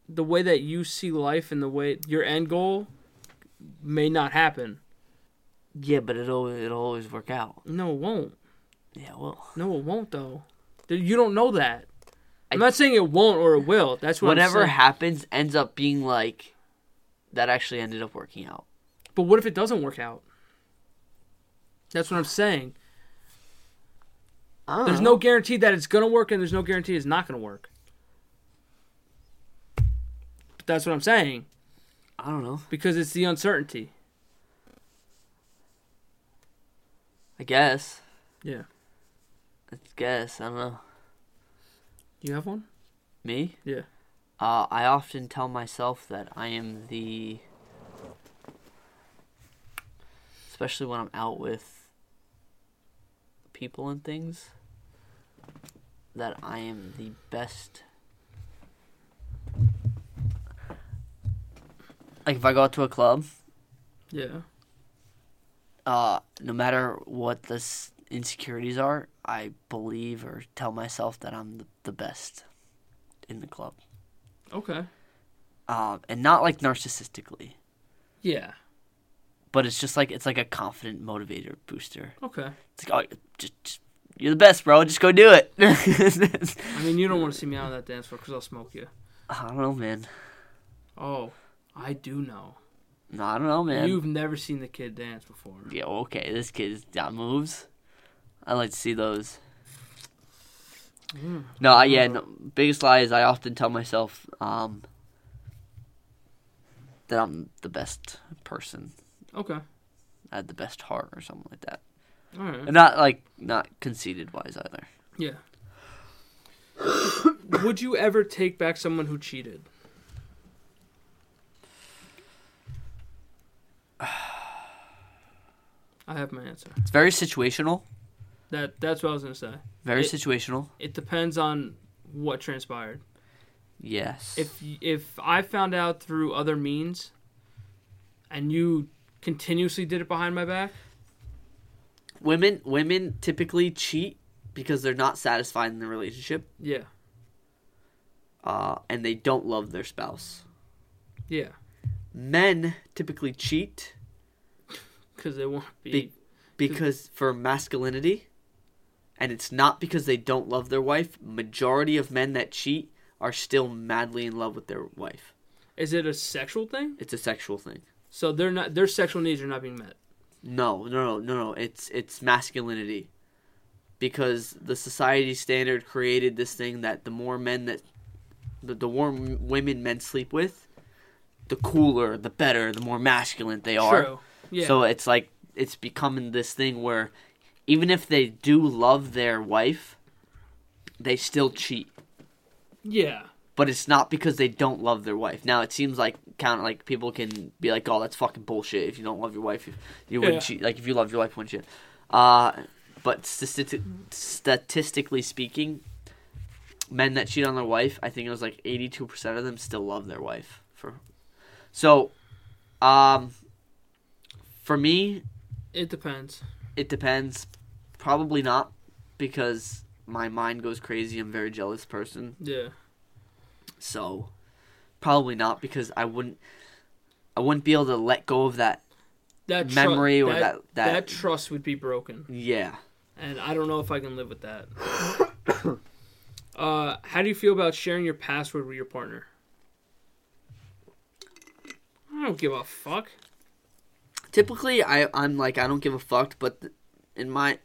the way that you see life and the way your end goal may not happen.
Yeah, but it'll it'll always work out.
No, it won't.
Yeah, well,
No, it won't though. Th- You don't know that. I'm
I-
not saying it won't or it will. That's what
whatever
I'm saying.
happens ends up being like that. Actually, ended up working out.
But what if it doesn't work out? That's what I'm saying.
I don't
There's
know.
no guarantee that it's gonna work, and there's no guarantee it's not gonna work. But that's what I'm saying
I don't know.
because it's the uncertainty.
I guess.
Yeah.
I guess. I don't know.
You have one?
Me?
Yeah.
Uh, I often tell myself that I am the. Especially when I'm out with people and things, that I am the best. Like, if I go out to a club,
Yeah.
uh, no matter what the s- insecurities are, I believe or tell myself that I'm the, the best in the club.
Okay.
um, and not like narcissistically,
Yeah.
but it's just like it's like a confident motivator booster.
Okay.
It's like oh, just, just you're the best, bro. Just go do it.
I mean, you don't want to see me out on that dance floor because I'll smoke you.
I don't know, man.
Oh, I do know.
No, I don't know, man.
You've never seen the kid dance before.
Yeah, okay. This kid's got moves. I like to see those.
Mm.
No, I, yeah. No, biggest lie is I often tell myself um, that I'm the best person.
Okay.
I have the best heart, or something like that.
All right.
And not like not conceited wise either.
Yeah. Would you ever take back someone who cheated? I have my answer.
It's very situational.
That that's what I was gonna say.
Very
It-
situational.
It depends on what transpired.
Yes.
If y- if I found out through other means, and you continuously did it behind my back,
women women typically cheat because they're not satisfied in the relationship
yeah,
uh, and they don't love their spouse
yeah,
men typically cheat
because they won't be,
Be- because for masculinity and it's not because they don't love their wife majority of men that cheat are still madly in love with their wife
Is it a sexual thing?
it's a sexual thing
So they're not their sexual needs are not being met.
no no no no no it's it's masculinity because the society standard created this thing that the more men that the, the more m- women men sleep with, the cooler, the better, the more masculine they are.
True. Yeah.
So it's like it's becoming this thing where even if they do love their wife, they still cheat.
yeah.
But it's not because they don't love their wife. Now it seems like count like people can be like, "Oh, that's fucking bullshit." If you don't love your wife, you, you wouldn't
Yeah.
cheat. Like if you love your wife, wouldn't you? Uh, but stati- statistically speaking, men that cheat on their wife, I think it was like eighty-two percent of them still love their wife. For so, um, for me,
It depends.
it depends. Probably not because my mind goes crazy. I'm a very jealous person.
Yeah.
So probably not because I wouldn't I wouldn't be able to let go of that.
That tru-
Memory or that- that-
trust would be broken,
Yeah.
and I don't know if I can live with that. uh, how do you feel about sharing your password with your partner? I don't give a fuck.
Typically I I'm like I don't give a fuck, but th- in my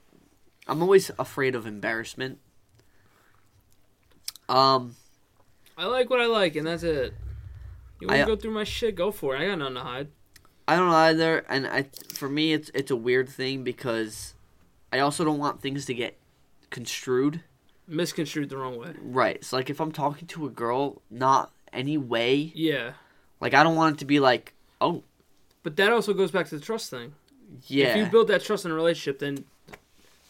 I'm always afraid of embarrassment. Um
I like what I like, and that's it. You want
I- uh,
to go through my shit? Go for it. I got nothing to hide.
I don't know either, and I for me it's it's a weird thing because I also don't want things to get construed
Misconstrued the wrong way.
right. So like if I'm talking to a girl, not any way,
Yeah.
like I don't want it to be like, oh
But that also goes back to the trust thing.
yeah,
If you build that trust in a relationship, then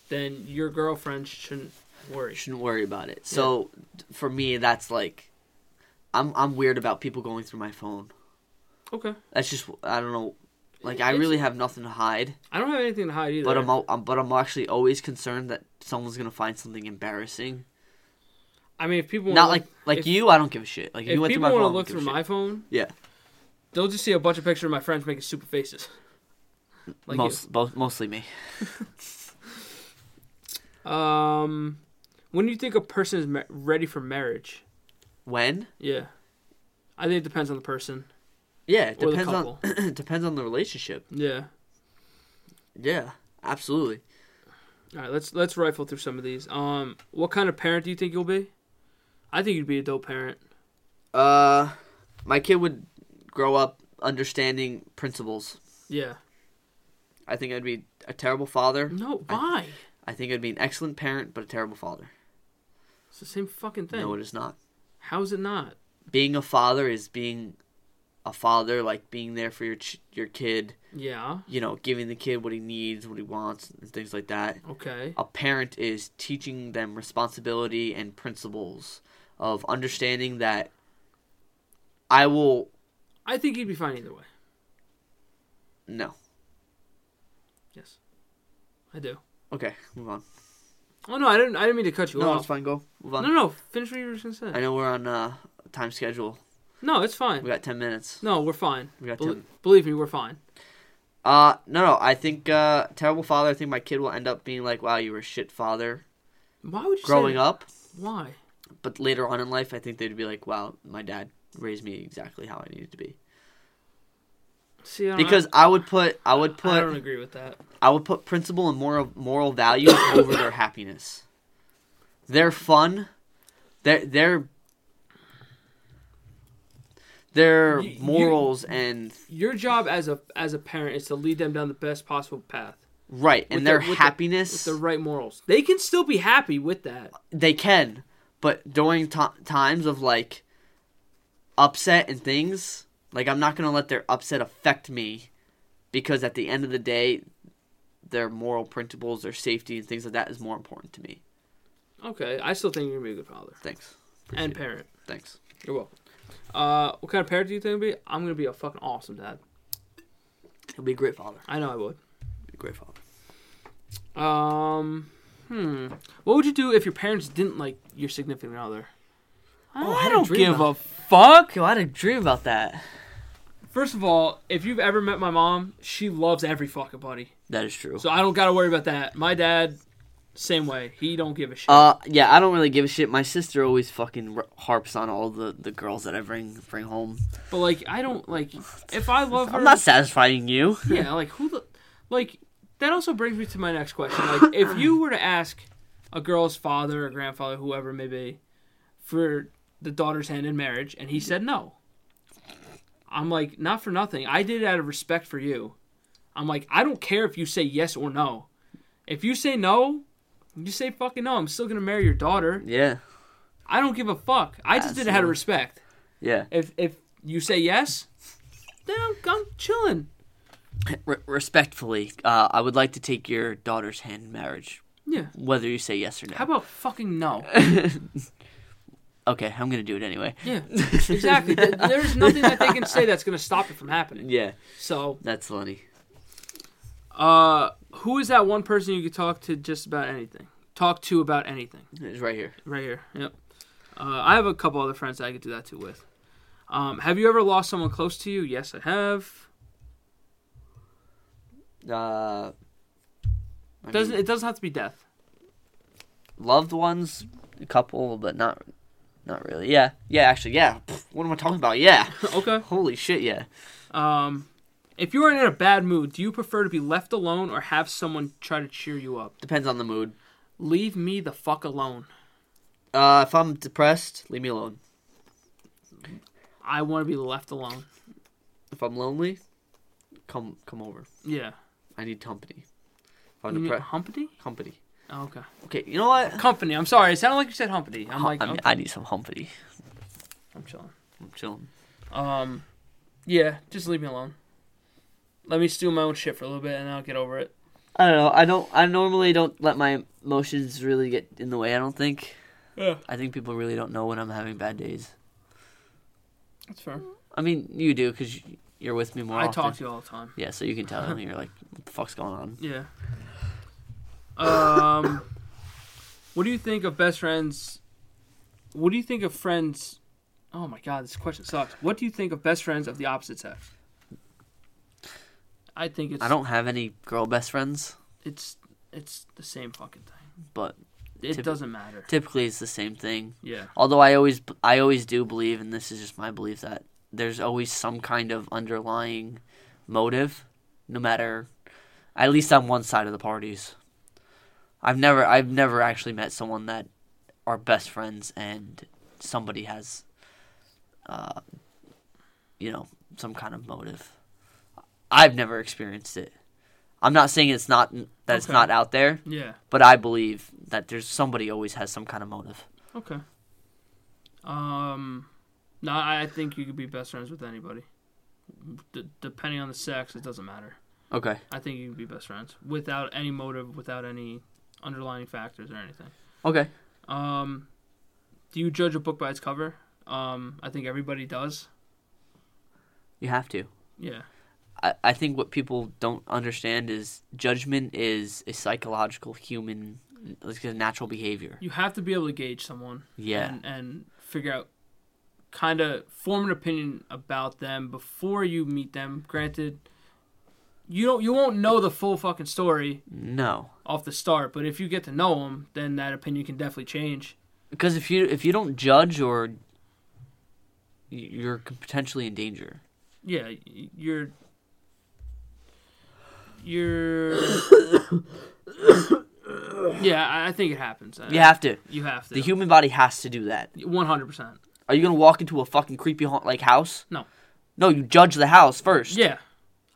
then your girlfriend shouldn't worry.
shouldn't worry about it. So for me, that's like, I'm I'm weird about people going through my phone.
Okay.
That's just I don't know. Like I
It's-
really have nothing to hide,
I don't have anything to hide either.
but I'm, al- I'm but I'm actually always concerned that someone's gonna find something embarrassing.
I mean, if people
Not
wanna
like
look-
like
if,
you, I don't give a shit. Like if you
If
went through
people
my phone,
want
I
to
don't
look
give a
through
shit.
my phone,
yeah,
they'll just see a bunch of pictures of my friends making stupid faces. Like you.
most both mostly me.
Um, when do you think a person is ma- ready for marriage?
When?
Yeah, I think it depends on the person
Yeah, it
or
depends
the
on
couple.
it depends on the relationship.
yeah.
Yeah, absolutely.
All right, let's let's rifle through some of these. Um, what kind of parent do you think you'll be? I think you'd be a dope parent.
Uh, my kid would grow up understanding principles.
Yeah.
I think I'd be a terrible father.
No,
I-
why?
I think I'd be an excellent parent, but a terrible father.
It's the same fucking thing.
No, it is not.
How is it not?
Being a father is being a father, like being there for your ch- your kid.
Yeah.
You know, giving the kid what he needs, what he wants, and things like that.
Okay.
A parent is teaching them responsibility and principles of understanding that I will
I think you'd be fine either way.
no.
Yes. I do.
Okay, move on.
Oh no, I didn't. I didn't mean to cut you
no, it's
off.
fine. Go move on.
No, no. Finish what you were just gonna say.
I know we're on uh, time schedule.
No, it's fine.
We got ten minutes.
No, we're fine.
We got
Bel-
ten.
believe me, we're fine.
Uh, no, no. I think uh, terrible father. I think my kid will end up being like, "Wow, you were a shit father."
Why would you
Growing
say
up,
Why?
but later on in life, I think they'd be like, "Wow, my dad raised me exactly how I needed to be."
See, I don't,
Because I would put, I
I,
would
I don't
put,
agree with that.
I would put principle and moral moral values over their happiness. Their fun, their their their
You- you-
morals and
Your job as a as a parent is to lead them down the best possible path
right
with
and
the-
their
with the-
happiness.
with the right morals. They can still be happy with that.
they can, but during t- times of like upset and things, like I'm not gonna let their upset affect me, because at the end of the day, their moral principles, their safety, and things like that is more important to me.
Okay, I still think you're gonna be a good father
Thanks, Appreciate
and
it.
parent.
thanks.
You're welcome. Uh, what kind of parent do you think I'll be? I'm gonna be a fucking awesome dad.
He'll be a great father.
I know I would.
Be a great father.
Um, hmm. What would you do if your parents didn't like your significant other?
Oh, I
I
had a
don't
dream
give a
about-
fuck.
Yo, I had a dream about that.
First of all, if you've ever met my mom, she loves every fucking buddy.
That is true.
So I don't gotta worry about that. My dad, same way. He don't give a shit.
Uh, yeah, I don't really give a shit. My sister always fucking r- harps on all the, the girls that I bring bring home.
but like, I don't like if I love her.
I'm not satisfying you.
yeah, like who the like. That also brings me to my next question. Like, if you were to ask a girl's father or grandfather, whoever it may be, for the daughter's hand in marriage, and he said no, I'm like, not for nothing. I did it out of respect for you. I'm like, I don't care if you say yes or no. If you say no, you say fucking no. I'm still gonna marry your daughter.
Yeah,
I don't give a fuck. I just did it out
Absolutely.
of respect.
yeah.
If if you say yes, then I'm, I'm chilling.
Re- respectfully, uh, I would like to take your daughter's hand in marriage,
Yeah.
whether you say yes or no.
How about fucking no?
okay, I'm gonna do it anyway.
Yeah, exactly. Th- There's nothing that they can say that's going to stop it from happening.
Yeah,
So,
that's funny.
uh, who is that one person you could talk to just about anything? Talk to about anything.
It's right here.
Right here. Yep. Uh, I have a couple other friends that I could do that to with. Um, have you ever lost someone close to you? Yes, I have.
Uh, I
Doesn't
mean,
it doesn't have to be death.
loved ones, a couple, but not, not really. Yeah, yeah. Actually, yeah. Pff, what am I talking about? Yeah.
okay.
Holy shit, yeah.
Um, if you are in a bad mood, do you prefer to be left alone or have someone try to cheer you up?
Depends on the mood.
Leave me the fuck alone.
Uh, if I'm depressed, leave me alone.
I want to be left alone.
If I'm lonely, Come come over.
Yeah.
I need company. If I'm
You mean
depre-
Humpty?
company.
Oh, okay.
Okay, you know what?
Company. I'm sorry. It sounded like you said Humpty. I'm
Hu-
like,
I, mean,
okay,
I need some company.
I'm chilling.
I'm chilling.
Um, yeah, just leave me alone. Let me stew my own shit for a little bit, and I'll get over it.
I don't know. I don't. I normally don't let my emotions really get in the way. I don't think.
Yeah,
I think people really don't know when I'm having bad days.
that's fair.
I mean, you do because you're with me more.
I
often.
talk to you all the time.
Yeah, so you can tell them. You're like, what the fuck's going on?
Yeah. Um, what do you think of best friends? What do you think of friends? Oh my god, this question sucks. What do you think of best friends of the opposite sex? I think it's
I don't have any girl best friends,
it's it's the same fucking thing.
but
It
Typ-
doesn't matter.
typically it's the same thing.
Yeah.
Although I always, I always do believe, and this is just my belief that there's always some kind of underlying motive, no matter, at least on one side of the parties. I've never, I've never actually met someone that are best friends and somebody has, uh, you know, some kind of motive. I've never experienced it. I'm not saying it's not that it's
Okay.
not out there,
Yeah.
but I believe that there's somebody always has some kind of motive.
Okay. Um, no, I I think you could be best friends with anybody. D- depending on the sex, it doesn't matter.
Okay.
I think you can be best friends without any motive, without any underlying factors or anything.
Okay.
Um, do you judge a book by its cover? Um, I think everybody does.
You have to.
Yeah.
I, I think what people don't understand is judgment is a psychological human, like a natural behavior.
You have to be able to gauge someone.
Yeah.
And, and figure out, kind of form an opinion about them before you meet them. Granted, you don't you won't know the full fucking story
No,
off the start, but if you get to know them, then that opinion can definitely change.
because if you if you don't judge or y- you're c- potentially in danger.
Yeah, y- you're you're Yeah, I- I think it happens. I-
You have to.
you have to.
The human body has to do that.
100%.
Are you gonna walk into a fucking creepy haunt like house?
No.
No, you judge the house first.
Yeah.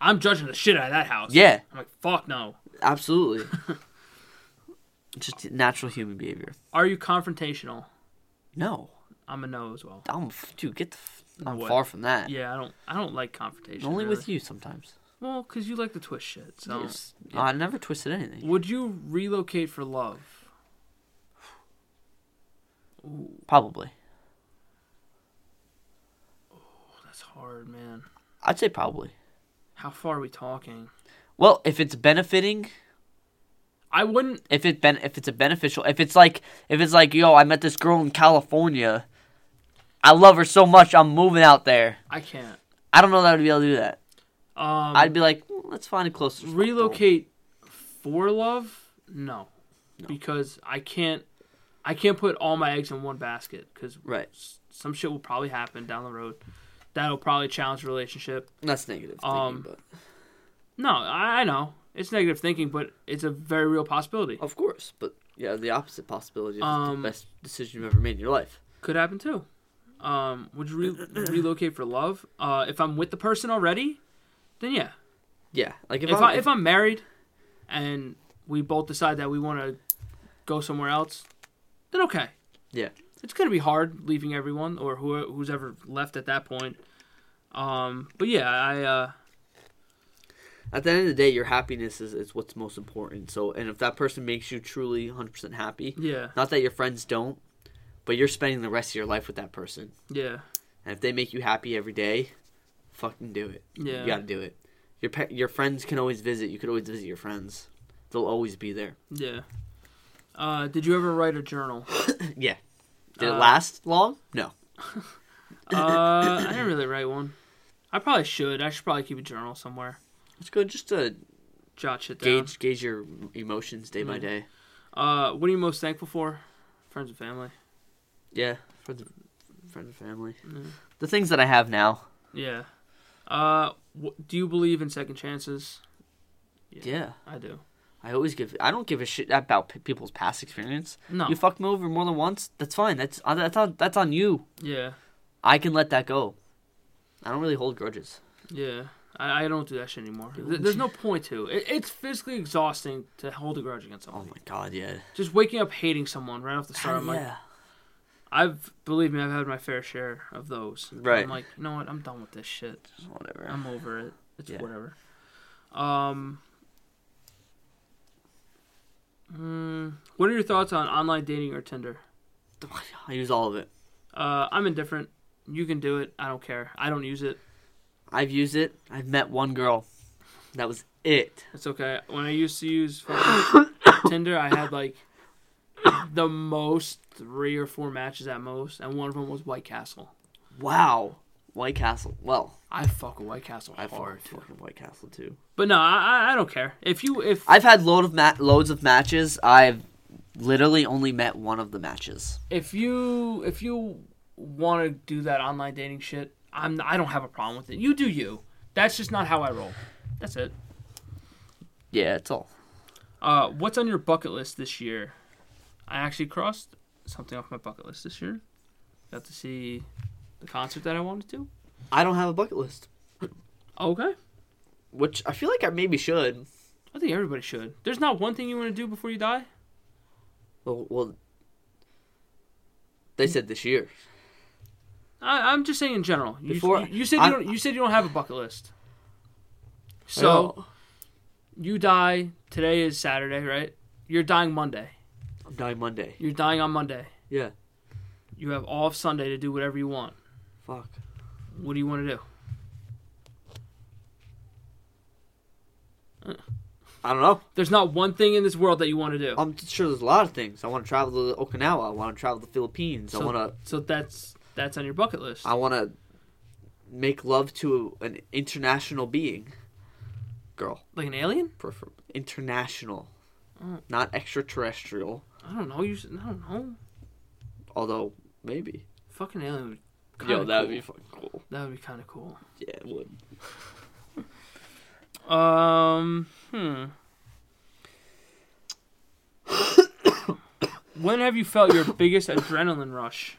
I'm judging the shit out of that house.
Yeah,
I'm like, "Fuck no."
absolutely. Just natural human behavior.
Are you confrontational?
No,
I'm a no as well.
I'm f- dude. Get the. F- I'm
What?
far from that.
Yeah, I don't I don't like confrontation.
Only
really.
with you sometimes.
Well, cuz you like to twist shit. So,
Yes. I never twisted anything.
would you relocate for love?
Probably.
Oh, that's hard, man.
I'd say probably.
How far are we talking?
Well, if it's benefiting,
I wouldn't
if it ben- if it's a beneficial, if it's like if it's like yo, I met this girl in California, I love her so much, I'm moving out there.
I can't.
I don't know that I would be able to do that.
Um,
I'd be like, "Mm, let's find a closer spot, bro."
relocate for love. No. because I can't. I can't put all my eggs in one basket because
Right,
some shit will probably happen down the road. That'll probably challenge the relationship.
that's negative. Thinking,
Um,
but
No, I, I know it's negative thinking, but it's a very real possibility.
of course, but yeah, the opposite possibility is
Um,
the best decision you've ever made in your life.
Could happen too. Um, would you re- relocate for love? Uh, if I'm with the person already, then yeah.
Yeah, like if,
If,
I'm,
I, if I'm married, and we both decide that we want to go somewhere else, then okay.
yeah,
it's gonna be hard leaving everyone or who who's ever left at that point. Um, but yeah, I uh,
at the end of the day, your happiness is, is what's most important. So, and if that person makes you truly 100% happy,
yeah,
Not that your friends don't, but you're spending the rest of your life with that person.
yeah,
And if they make you happy every day, fucking do it.
Yeah.
You got to do it. Your pe- your friends can always visit. You could always visit your friends. They'll always be there.
yeah. Uh, did you ever write a journal?
yeah. Did
Uh,
it last long? No.
Uh, I didn't really write one. I probably should. I should probably keep a journal somewhere.
It's good just to
Jot shit down.
gauge gauge your emotions day by
Mm.
day.
Uh, what are you most thankful for? Friends and family.
Yeah. Friends and, friends and family.
Mm.
The things that I have now.
Yeah. Uh, wh- do you believe in second chances? Yeah.
Yeah.
I do.
I always give. I don't give a shit about p- people's past experience.
No.
You fucked me over more than once. That's fine. That's uh, that's on that's on you.
yeah.
I can let that go. I don't really hold grudges.
Yeah. I, I don't do that shit anymore. Th- There's no point to it. It's physically exhausting to hold a grudge against
Oh
someone.
my god, yeah.
Just waking up hating someone right off the start. I'm like,
yeah.
I've believe me, I've had my fair share of those.
Right.
I'm like, you know what? I'm done with this shit.
Whatever.
I'm over it. It's
Yeah.
whatever. Um. hmm, what are your thoughts on online dating or Tinder?
I use all of it.
Uh, I'm indifferent. You can do it. I don't care. I don't use it.
I've used it. I've met one girl. That was it.
It's okay. When I used to use fucking Tinder, I had like the most three or four matches at most, and one of them was White Castle.
Wow. White Castle. Well,
I fuck with White Castle
I
hard.
fuck- fucking White Castle too.
But no, I, I- I don't care. If you if
I've had load of ma- loads of matches. I've literally only met one of the matches.
if you if you want to do that online dating shit, I'm I don't have a problem with it. You do you. That's just not how I roll. That's it.
Yeah, it's all.
Uh, what's on your bucket list this year? I actually crossed something off my bucket list this year. Got to see the concert that I wanted to.
I don't have a bucket list,
Okay.
which I feel like I maybe should.
I think everybody should. There's not one thing you want to do before you die.
Well, well they said this year.
I, I'm just saying in general. You,
Before-
you, you said you
I'm-
don't. You said you don't have a bucket list. So you die today is Saturday, right? You're dying Monday.
I'm dying Monday.
You're dying on Monday.
Yeah.
You have off Sunday to do whatever you want.
Fuck.
What do you want to do?
I don't know.
There's not one thing in this world that you want to do.
I'm sure there's a lot of things. I want to travel to Okinawa. I want to travel to the Philippines. I
So-
want to.
So that's that's on your bucket list.
I want to make love to an international being. Girl,
Like an alien?
prefer international,
Mm.
not extraterrestrial.
I don't know. You should, I don't know.
Although maybe.
Fucking alien. Would kinda
Yo, that would
cool.
be fucking cool.
that would be kind of cool.
Yeah, it would.
Um, hmm. when have you felt your biggest adrenaline rush?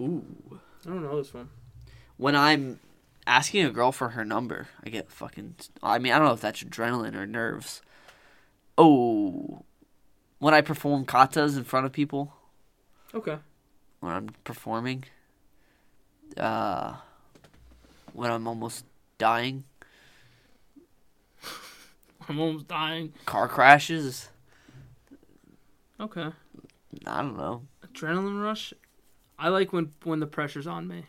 Ooh.
I don't know this one.
When I'm asking a girl for her number, I get fucking. I mean, I don't know if that's adrenaline or nerves. Oh. When I perform katas in front of people.
Okay.
when I'm performing, uh, when I'm almost dying,
I'm almost dying.
car crashes.
Okay.
I don't know.
Adrenaline rush. I like when when the pressure's on me.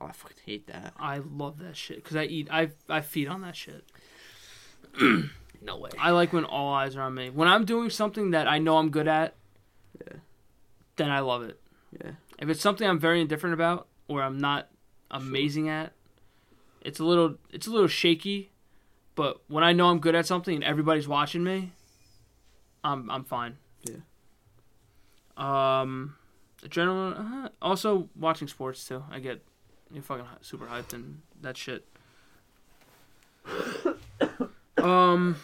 Oh, I fucking hate that.
I love that shit because I eat. I I feed on that shit.
No way.
I like when all eyes are on me. When I'm doing something that I know I'm good at, then I love it.
Yeah.
If it's something I'm very indifferent about or I'm not amazing at, it's a little it's a little shaky. But when I know I'm good at something and everybody's watching me, I'm I'm fine.
Yeah.
Um, adrenaline. Uh, also, watching sports too. I get you fucking hy- super hyped and that shit. um,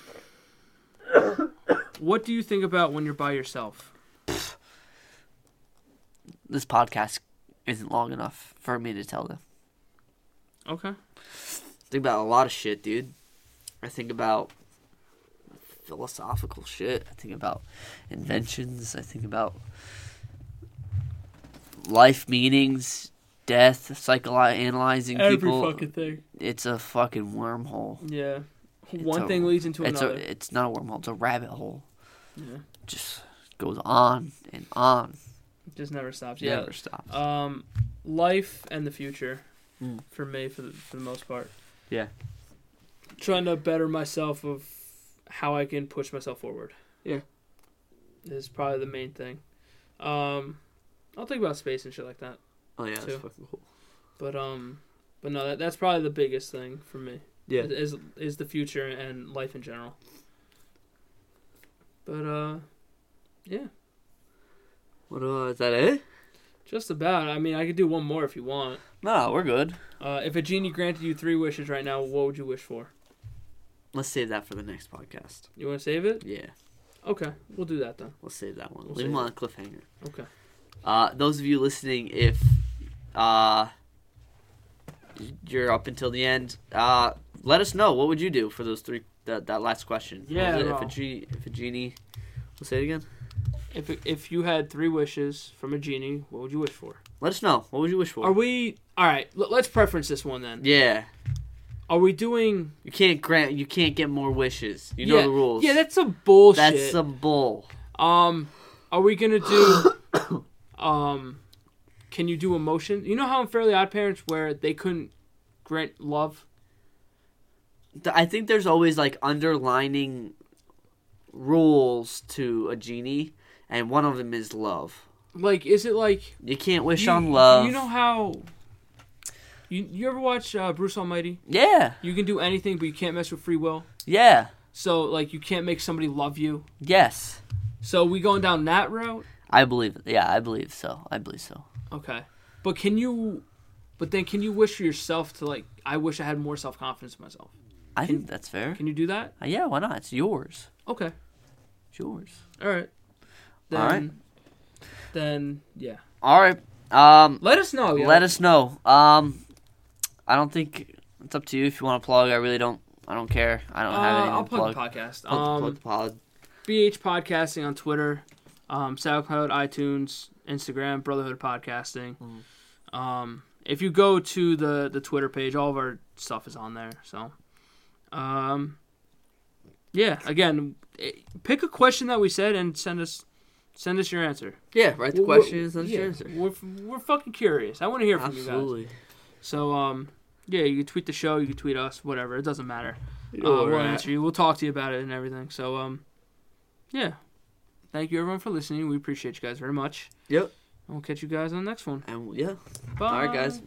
what do you think about when you're by yourself?
This podcast isn't long enough for me to tell them.
Okay.
Think about a lot of shit, dude. I think about philosophical shit. I think about inventions. I think about life meanings, death, psychoanalyzing people.
thing.
It's a fucking wormhole.
Yeah.
It's
One
a-
thing leads into
it's
another.
a it's not a wormhole it's a rabbit hole
yeah.
just goes on and on
Just never stops. Yeah.
never stops
Um, life and the future,
Mm.
for me, for the, for the most part.
Yeah.
Trying to better myself of how I can push myself forward.
Yeah.
Is probably the main thing. Um, I'll think about space and shit like that.
oh yeah
too.
that's fucking cool
But um, but no, that, that's probably the biggest thing for me.
yeah
Is is the future and life in general. But uh, yeah,
what uh, is that it
just about. I mean, I could do one more if you want.
no we're good
Uh, if a genie granted you three wishes right now, what would you wish for?
let's save that for the next podcast
You want to save it?
yeah
Okay, we'll do that then.
let's save that one
We'll
leave them
save
on a cliffhanger
Okay.
uh those of you listening if Uh, you're up until the end. Uh, let us know what would you do for those three. That, that last question.
Yeah,
Was it
no.
if a, ge- if a genie, we'll say it again.
If if you had three wishes from a genie, what would you wish for?
Let us know what would you wish for.
Are we all right? L- let's preference this one then.
yeah,
Are we doing?
you can't grant. You can't get more wishes. You know
yeah,
the rules.
Yeah, that's some bullshit.
that's some bull.
Um, are we gonna do? um, can you do emotion? You know how in Fairly Odd Parents where they couldn't grant love.
Th- I think there's always like underlining rules to a genie, and one of them is love.
Like, is it like
You can't wish
you-
on love.
You know how. You, you ever watch uh, Bruce Almighty?
yeah,
You can do anything, but you can't mess with free will.
yeah,
So like, you can't make somebody love you.
yes.
So we going down that route.
I believe. Yeah, I believe so. I believe so.
Okay, but can you? But then, can you wish for yourself to like? I wish I had more self confidence in myself.
I think that's fair.
Can you do that?
Uh, yeah, why not? It's yours.
Okay.
It's yours.
All right. Then,
All right.
Then yeah.
All right. Um,
Let us know. Oh, yeah.
let us know. Um, I don't think it's up to you if you want to plug. I really don't. I don't care. I
Uh,
don't have anything
I'll
to
plug
plug.
the podcast.
Plug,
Um,
plug the pod.
BH Podcasting on Twitter, um, SoundCloud, iTunes, Instagram, Brotherhood Podcasting. Um, if you go to the the Twitter page, all of our stuff is on there. So, um, yeah. Again, eh, pick a question that we said and send us send us your answer.
Yeah, write the
We're-
questions. That's
yeah,
your answer.
We're we're fucking curious. I want to hear from you guys.
Absolutely.
So um, yeah, you can tweet the show, you can tweet us, whatever. It doesn't matter. Uh,
know where
we'll
we're at.
answer you. We'll talk to you about it and everything. So um, yeah. Thank you everyone for listening. We appreciate you guys very much.
Yep.
And we'll catch you guys on the next one.
And yeah.
Bye.
All right, guys.